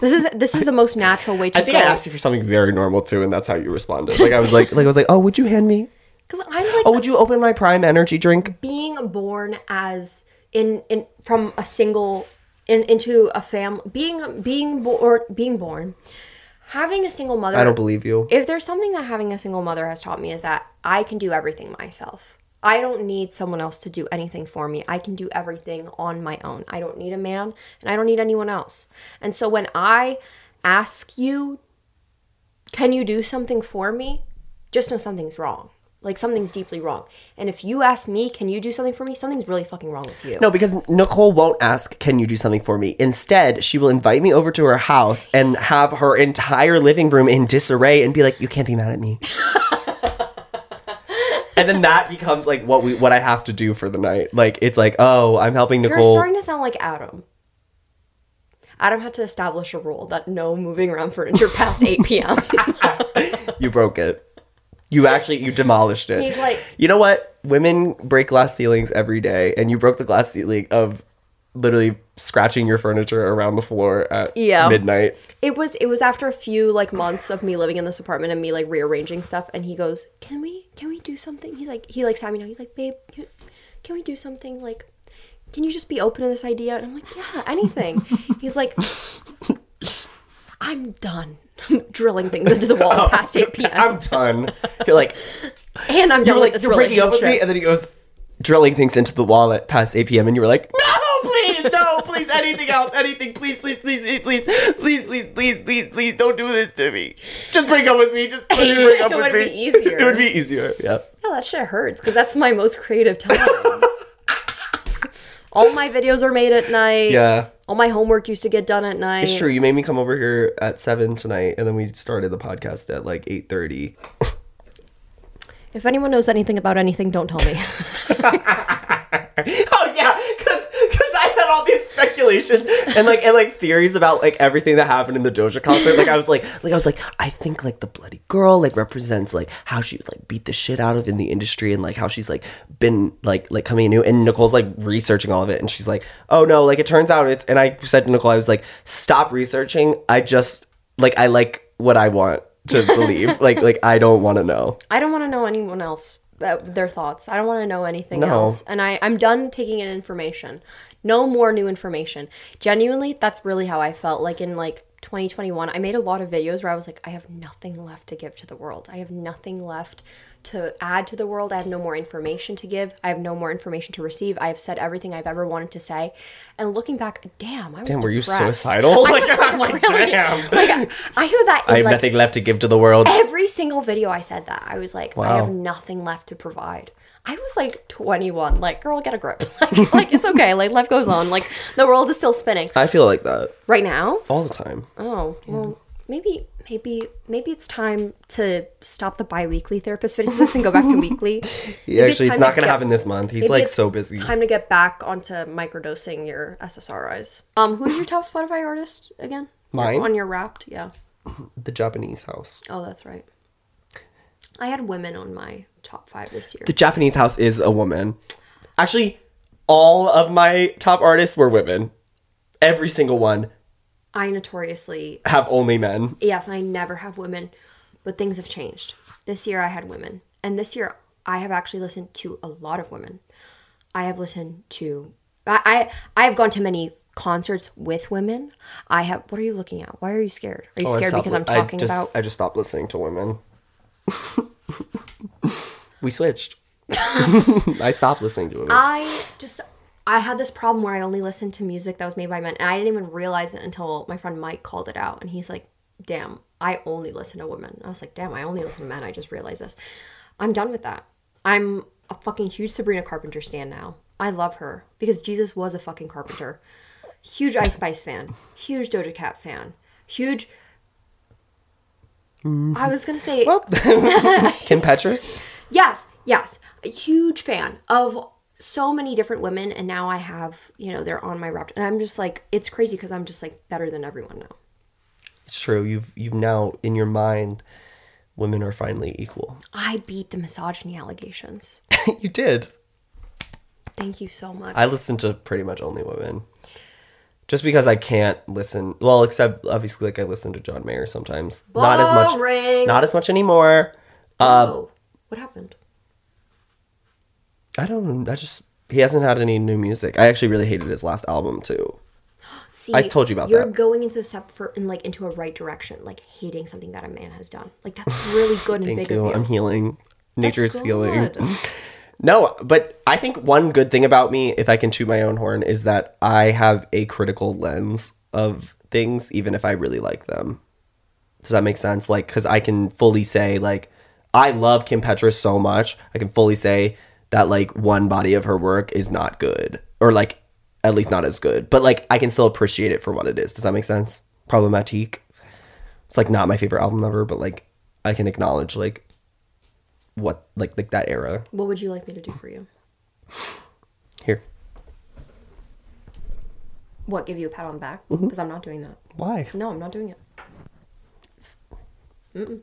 C: this is this is the most natural way to
B: I think I asked you for something very normal too, and that's how you responded. Like I was like, like I was like, oh, would you hand me?
C: Because I'm like
B: Oh, would you open my Prime Energy drink?
C: being born as in in from a single in into a family being being born being born having a single mother
B: I don't believe you.
C: if there's something that having a single mother has taught me is that I can do everything myself. I don't need someone else to do anything for me. I can do everything on my own. I don't need a man and I don't need anyone else. And so when I ask you, can you do something for me? Just know something's wrong. Like something's deeply wrong. And if you ask me, can you do something for me? Something's really fucking wrong with you.
B: No, because Nicole won't ask, "Can you do something for me?" Instead, she will invite me over to her house and have her entire living room in disarray and be like, "You can't be mad at me." and then that becomes like what we what I have to do for the night. Like it's like, "Oh, I'm helping
C: You're
B: Nicole."
C: starting to sound like Adam. Adam had to establish a rule that no moving around furniture past 8 p.m.
B: you broke it. You actually you demolished it.
C: He's like-
B: you know what? Women break glass ceilings every day, and you broke the glass ceiling of literally scratching your furniture around the floor at
C: Yeah.
B: midnight.
C: It was it was after a few like months of me living in this apartment and me like rearranging stuff and he goes, "Can we can we do something?" He's like he like sat me down. He's like, "Babe, can, can we do something like can you just be open to this idea?" And I'm like, "Yeah, anything." He's like, "I'm done." drilling things into the wall past 8 p.m.
B: I'm done. You're like
C: and I'm
B: you were
C: done
B: like
C: with this
B: you're breaking up with me,
C: relationship.
B: and then he goes drilling things into the wall at past 8 p.m. and you were like, no, please, no, please, anything else, anything, please, please, please, please, please, please, please, please, please, don't do this to me. Just break up with me. Just please break up
C: It
B: with
C: would
B: me.
C: be easier.
B: It would be easier. Yeah.
C: Yeah, that shit hurts because that's my most creative time. All my videos are made at night.
B: Yeah.
C: All my homework used to get done at night.
B: It's true. You made me come over here at seven tonight, and then we started the podcast at like eight thirty.
C: If anyone knows anything about anything, don't tell me.
B: Oh yeah, because because I had all these speculations and like and like theories about like everything that happened in the Doja concert. Like I was like like I was like I think like the bloody girl like represents like how she was like beat the shit out of in the industry and like how she's like been like like coming new and Nicole's like researching all of it and she's like oh no like it turns out it's and I said to Nicole I was like stop researching I just like I like what I want to believe like like I don't want to know
C: I don't want to know anyone else uh, their thoughts. I don't want to know anything
B: No.
C: else. And I I'm done taking in information. No more new information. Genuinely, that's really how I felt like in like 2021. I made a lot of videos where I was like I have nothing left to give to the world. I have nothing left to add to the world. I have no more information to give. I have no more information to receive. I have said everything I've ever wanted to say. And looking back, damn, I was
B: and were you
C: depressed.
B: suicidal like I'm
C: Like,
B: like
C: really?
B: damn.
C: Like, I I hear that in
B: I have
C: like
B: nothing left to give to the world.
C: every single video I said that. I was like, I
B: Wow.
C: have nothing left to provide. I was like 21. Like, girl, get a grip. Like, like it's okay. Like, life goes on. Like, the world is still spinning.
B: I feel like that
C: Right now?
B: all the time.
C: Oh, well, maybe, maybe, maybe it's time to stop the bi weekly therapist visits and go back to weekly.
B: He actually, it's not going to
C: to get-
B: happen this month. He's
C: maybe
B: like
C: it's
B: so busy.
C: Time to get back onto microdosing your SSRIs. Um, who's your top Spotify artist again?
B: Mine?
C: On your Wrapped, yeah.
B: The Japanese house.
C: Oh, that's right. I had women on my top five this year.
B: The Japanese house is a woman. Actually, all of my top artists were women. Every single one
C: I notoriously,
B: have only men.
C: yes, I never have women, but things have changed. This year I had women, and this year I have actually listened to a lot of women. I have listened to, I, I, I have gone to many concerts with women. I have. What are you looking at? Why are you scared? Are you
B: Oh, I
C: scared
B: stopped
C: because
B: li-
C: I'm talking
B: I just,
C: about?
B: I just stopped listening to women. we switched. I stopped listening to women.
C: I just I had this problem where I only listened to music that was made by men, and I didn't even realize it until my friend Mike called it out, and he's like, "Damn, I only listen to women." I was like, "Damn, I only listen to men." I just realized this. I'm done with that. I'm a fucking huge Sabrina Carpenter stan now. I love her because Jesus was a fucking carpenter. Huge Ice Spice fan. Huge Doja Cat fan. Huge. I was gonna say
B: Kim Petras?
C: Yes, yes. A huge fan of so many different women and now I have, you know, they're on my rep and I'm just like it's crazy cuz I'm just like better than everyone now.
B: It's true. You've you've now in your mind, women are finally equal.
C: I beat the misogyny allegations.
B: you did.
C: Thank you so much.
B: I listen to pretty much only women. Just because I can't listen, well, except obviously, like I listen to John Mayer sometimes. Not as
C: Boring.
B: much, not as much anymore. um,
C: oh, what happened?
B: I don't. I just he hasn't had any new music. I actually really hated his last album too.
C: See,
B: I told you about
C: you're
B: that.
C: going into the step for in like into a right direction, like hating something that a man has done. Like that's really good and
B: Thank
C: big
B: you.
C: of you.
B: I'm healing. Nature is
C: That's
B: healing.
C: good.
B: No, but I think one good thing about me, if I can chew my own horn, is that I have a critical lens of things, even if I really like them. Does that make sense? Like, because I can fully say, like, I love Kim Petras so much. I can fully say that, like, one body of her work is not good, or like, at least not as good. But like, I can still appreciate it for what it is. Does that make sense? Problematique. It's like not my favorite album ever, but like, I can acknowledge like what like like that era
C: What would you like me to do for you?
B: here.
C: What give you a pat on the back?
B: Mm-hmm.
C: Cuz I'm not doing that.
B: Why?
C: No, I'm not doing it. Mm-mm.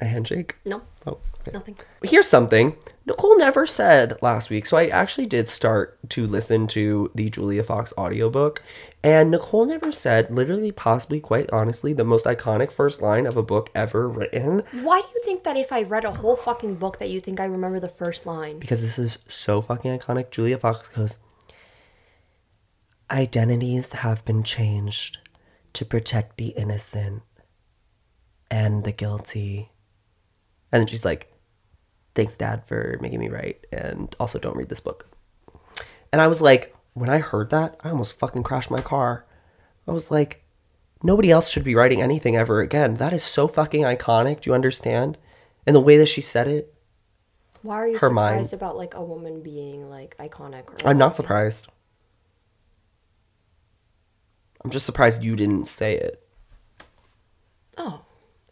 B: A handshake?
C: No,
B: Oh, okay.
C: nothing.
B: Here's something Nicole never said last week. So I actually did start to listen to the Julia Fox audiobook. And Nicole never said, literally, possibly, quite honestly, the most iconic first line of a book ever written.
C: Why do you think that if I read a whole fucking book that you think I remember the first line?
B: Because this is so fucking iconic. Julia Fox goes, Identities have been changed to protect the innocent and the guilty. And then she's like, Thanks, Dad, for making me right. And also, don't read this book. And I was like, when I heard that, I almost fucking crashed my car. I was like, nobody else should be writing anything ever again. That is so fucking iconic. Do you understand? And the way that she said it,
C: Why are you
B: Her mind.
C: surprised about like a woman being like iconic? Or,
B: I'm not surprised. I'm just surprised you didn't say it.
C: oh,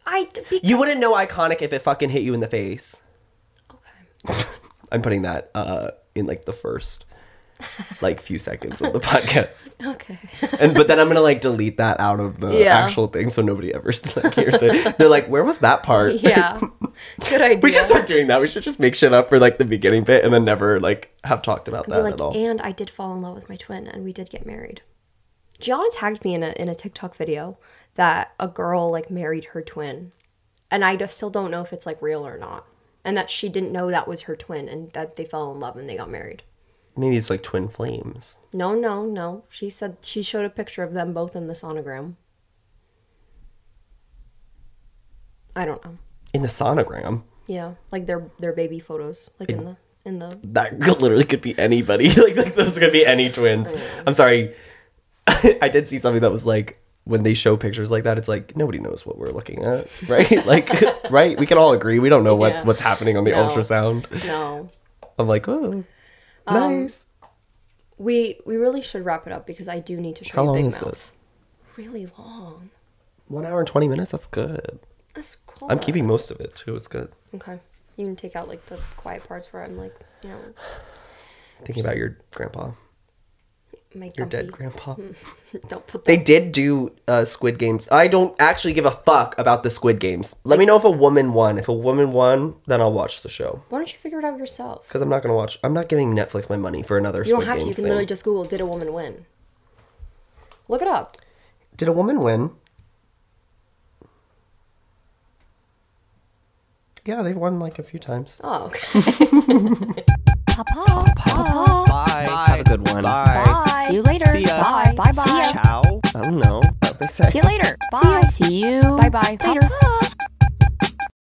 C: I be,
B: You wouldn't know iconic if it fucking hit you in the face.
C: okay.
B: I'm putting that uh, in like the first like few seconds of the podcast.
C: Okay.
B: And but then I'm gonna like delete that out of the
C: Yeah.
B: actual thing so nobody ever like, hears it. They're like, where was that part?
C: yeah. Good idea.
B: we should start doing that. We should just make shit up for like the beginning bit and then never like have talked about
C: Be
B: that
C: like,
B: at all.
C: and I did fall in love with my twin, and we did get married. Gianna tagged me in a in a TikTok video that a girl like married her twin, and I just still don't know if it's like real or not, and that she didn't know that was her twin, and that they fell in love and they got married.
B: Maybe it's like twin flames.
C: No, no, no. She said she showed a picture of them both in the sonogram. I don't know.
B: In the sonogram.
C: Yeah, like their their baby photos, like in the in the
B: that could literally could be anybody. like, like those could be any twins.
C: Mm.
B: I'm sorry. I did see something that was like when they show pictures like that, it's like nobody knows what we're looking at, right? like, right? We can all agree we don't know what
C: Yeah.
B: what's happening on the
C: No.
B: ultrasound.
C: no.
B: I'm like, oh,
C: Um,
B: nice.
C: We we really should wrap it up because I do need to show
B: How
C: you
B: long
C: Big
B: is
C: Mouth.
B: this?
C: Really long.
B: One hour and twenty minutes. That's good.
C: That's cool.
B: I'm keeping most of it too. It's good.
C: Okay. You can take out like the quiet parts where I'm like, you know,
B: Thinking about your grandpa,
C: my
B: your dead
C: dumpy-
B: grandpa.
C: Don't put that.
B: They did do uh, Squid Games. I don't actually give a fuck about the Squid Games. Let me know if a woman won. If a woman won, then I'll watch the show.
C: Why don't you figure it out yourself?
B: Because I'm not gonna watch. I'm not giving Netflix my money for another.
C: You don't
B: Squid
C: have to. You
B: Games
C: can
B: thing.
C: literally just Google "Did a woman win?" Look it up.
B: Did a woman win? Yeah, they've won like a few times.
C: Oh, okay.
D: Bye. Have a good one. Bye.
E: Bye. See you later.
D: See ya.
E: Bye. Bye. Bye.
D: Ciao.
B: I don't know. What they say.
E: See you later. Bye. See you. Bye. Bye. Later.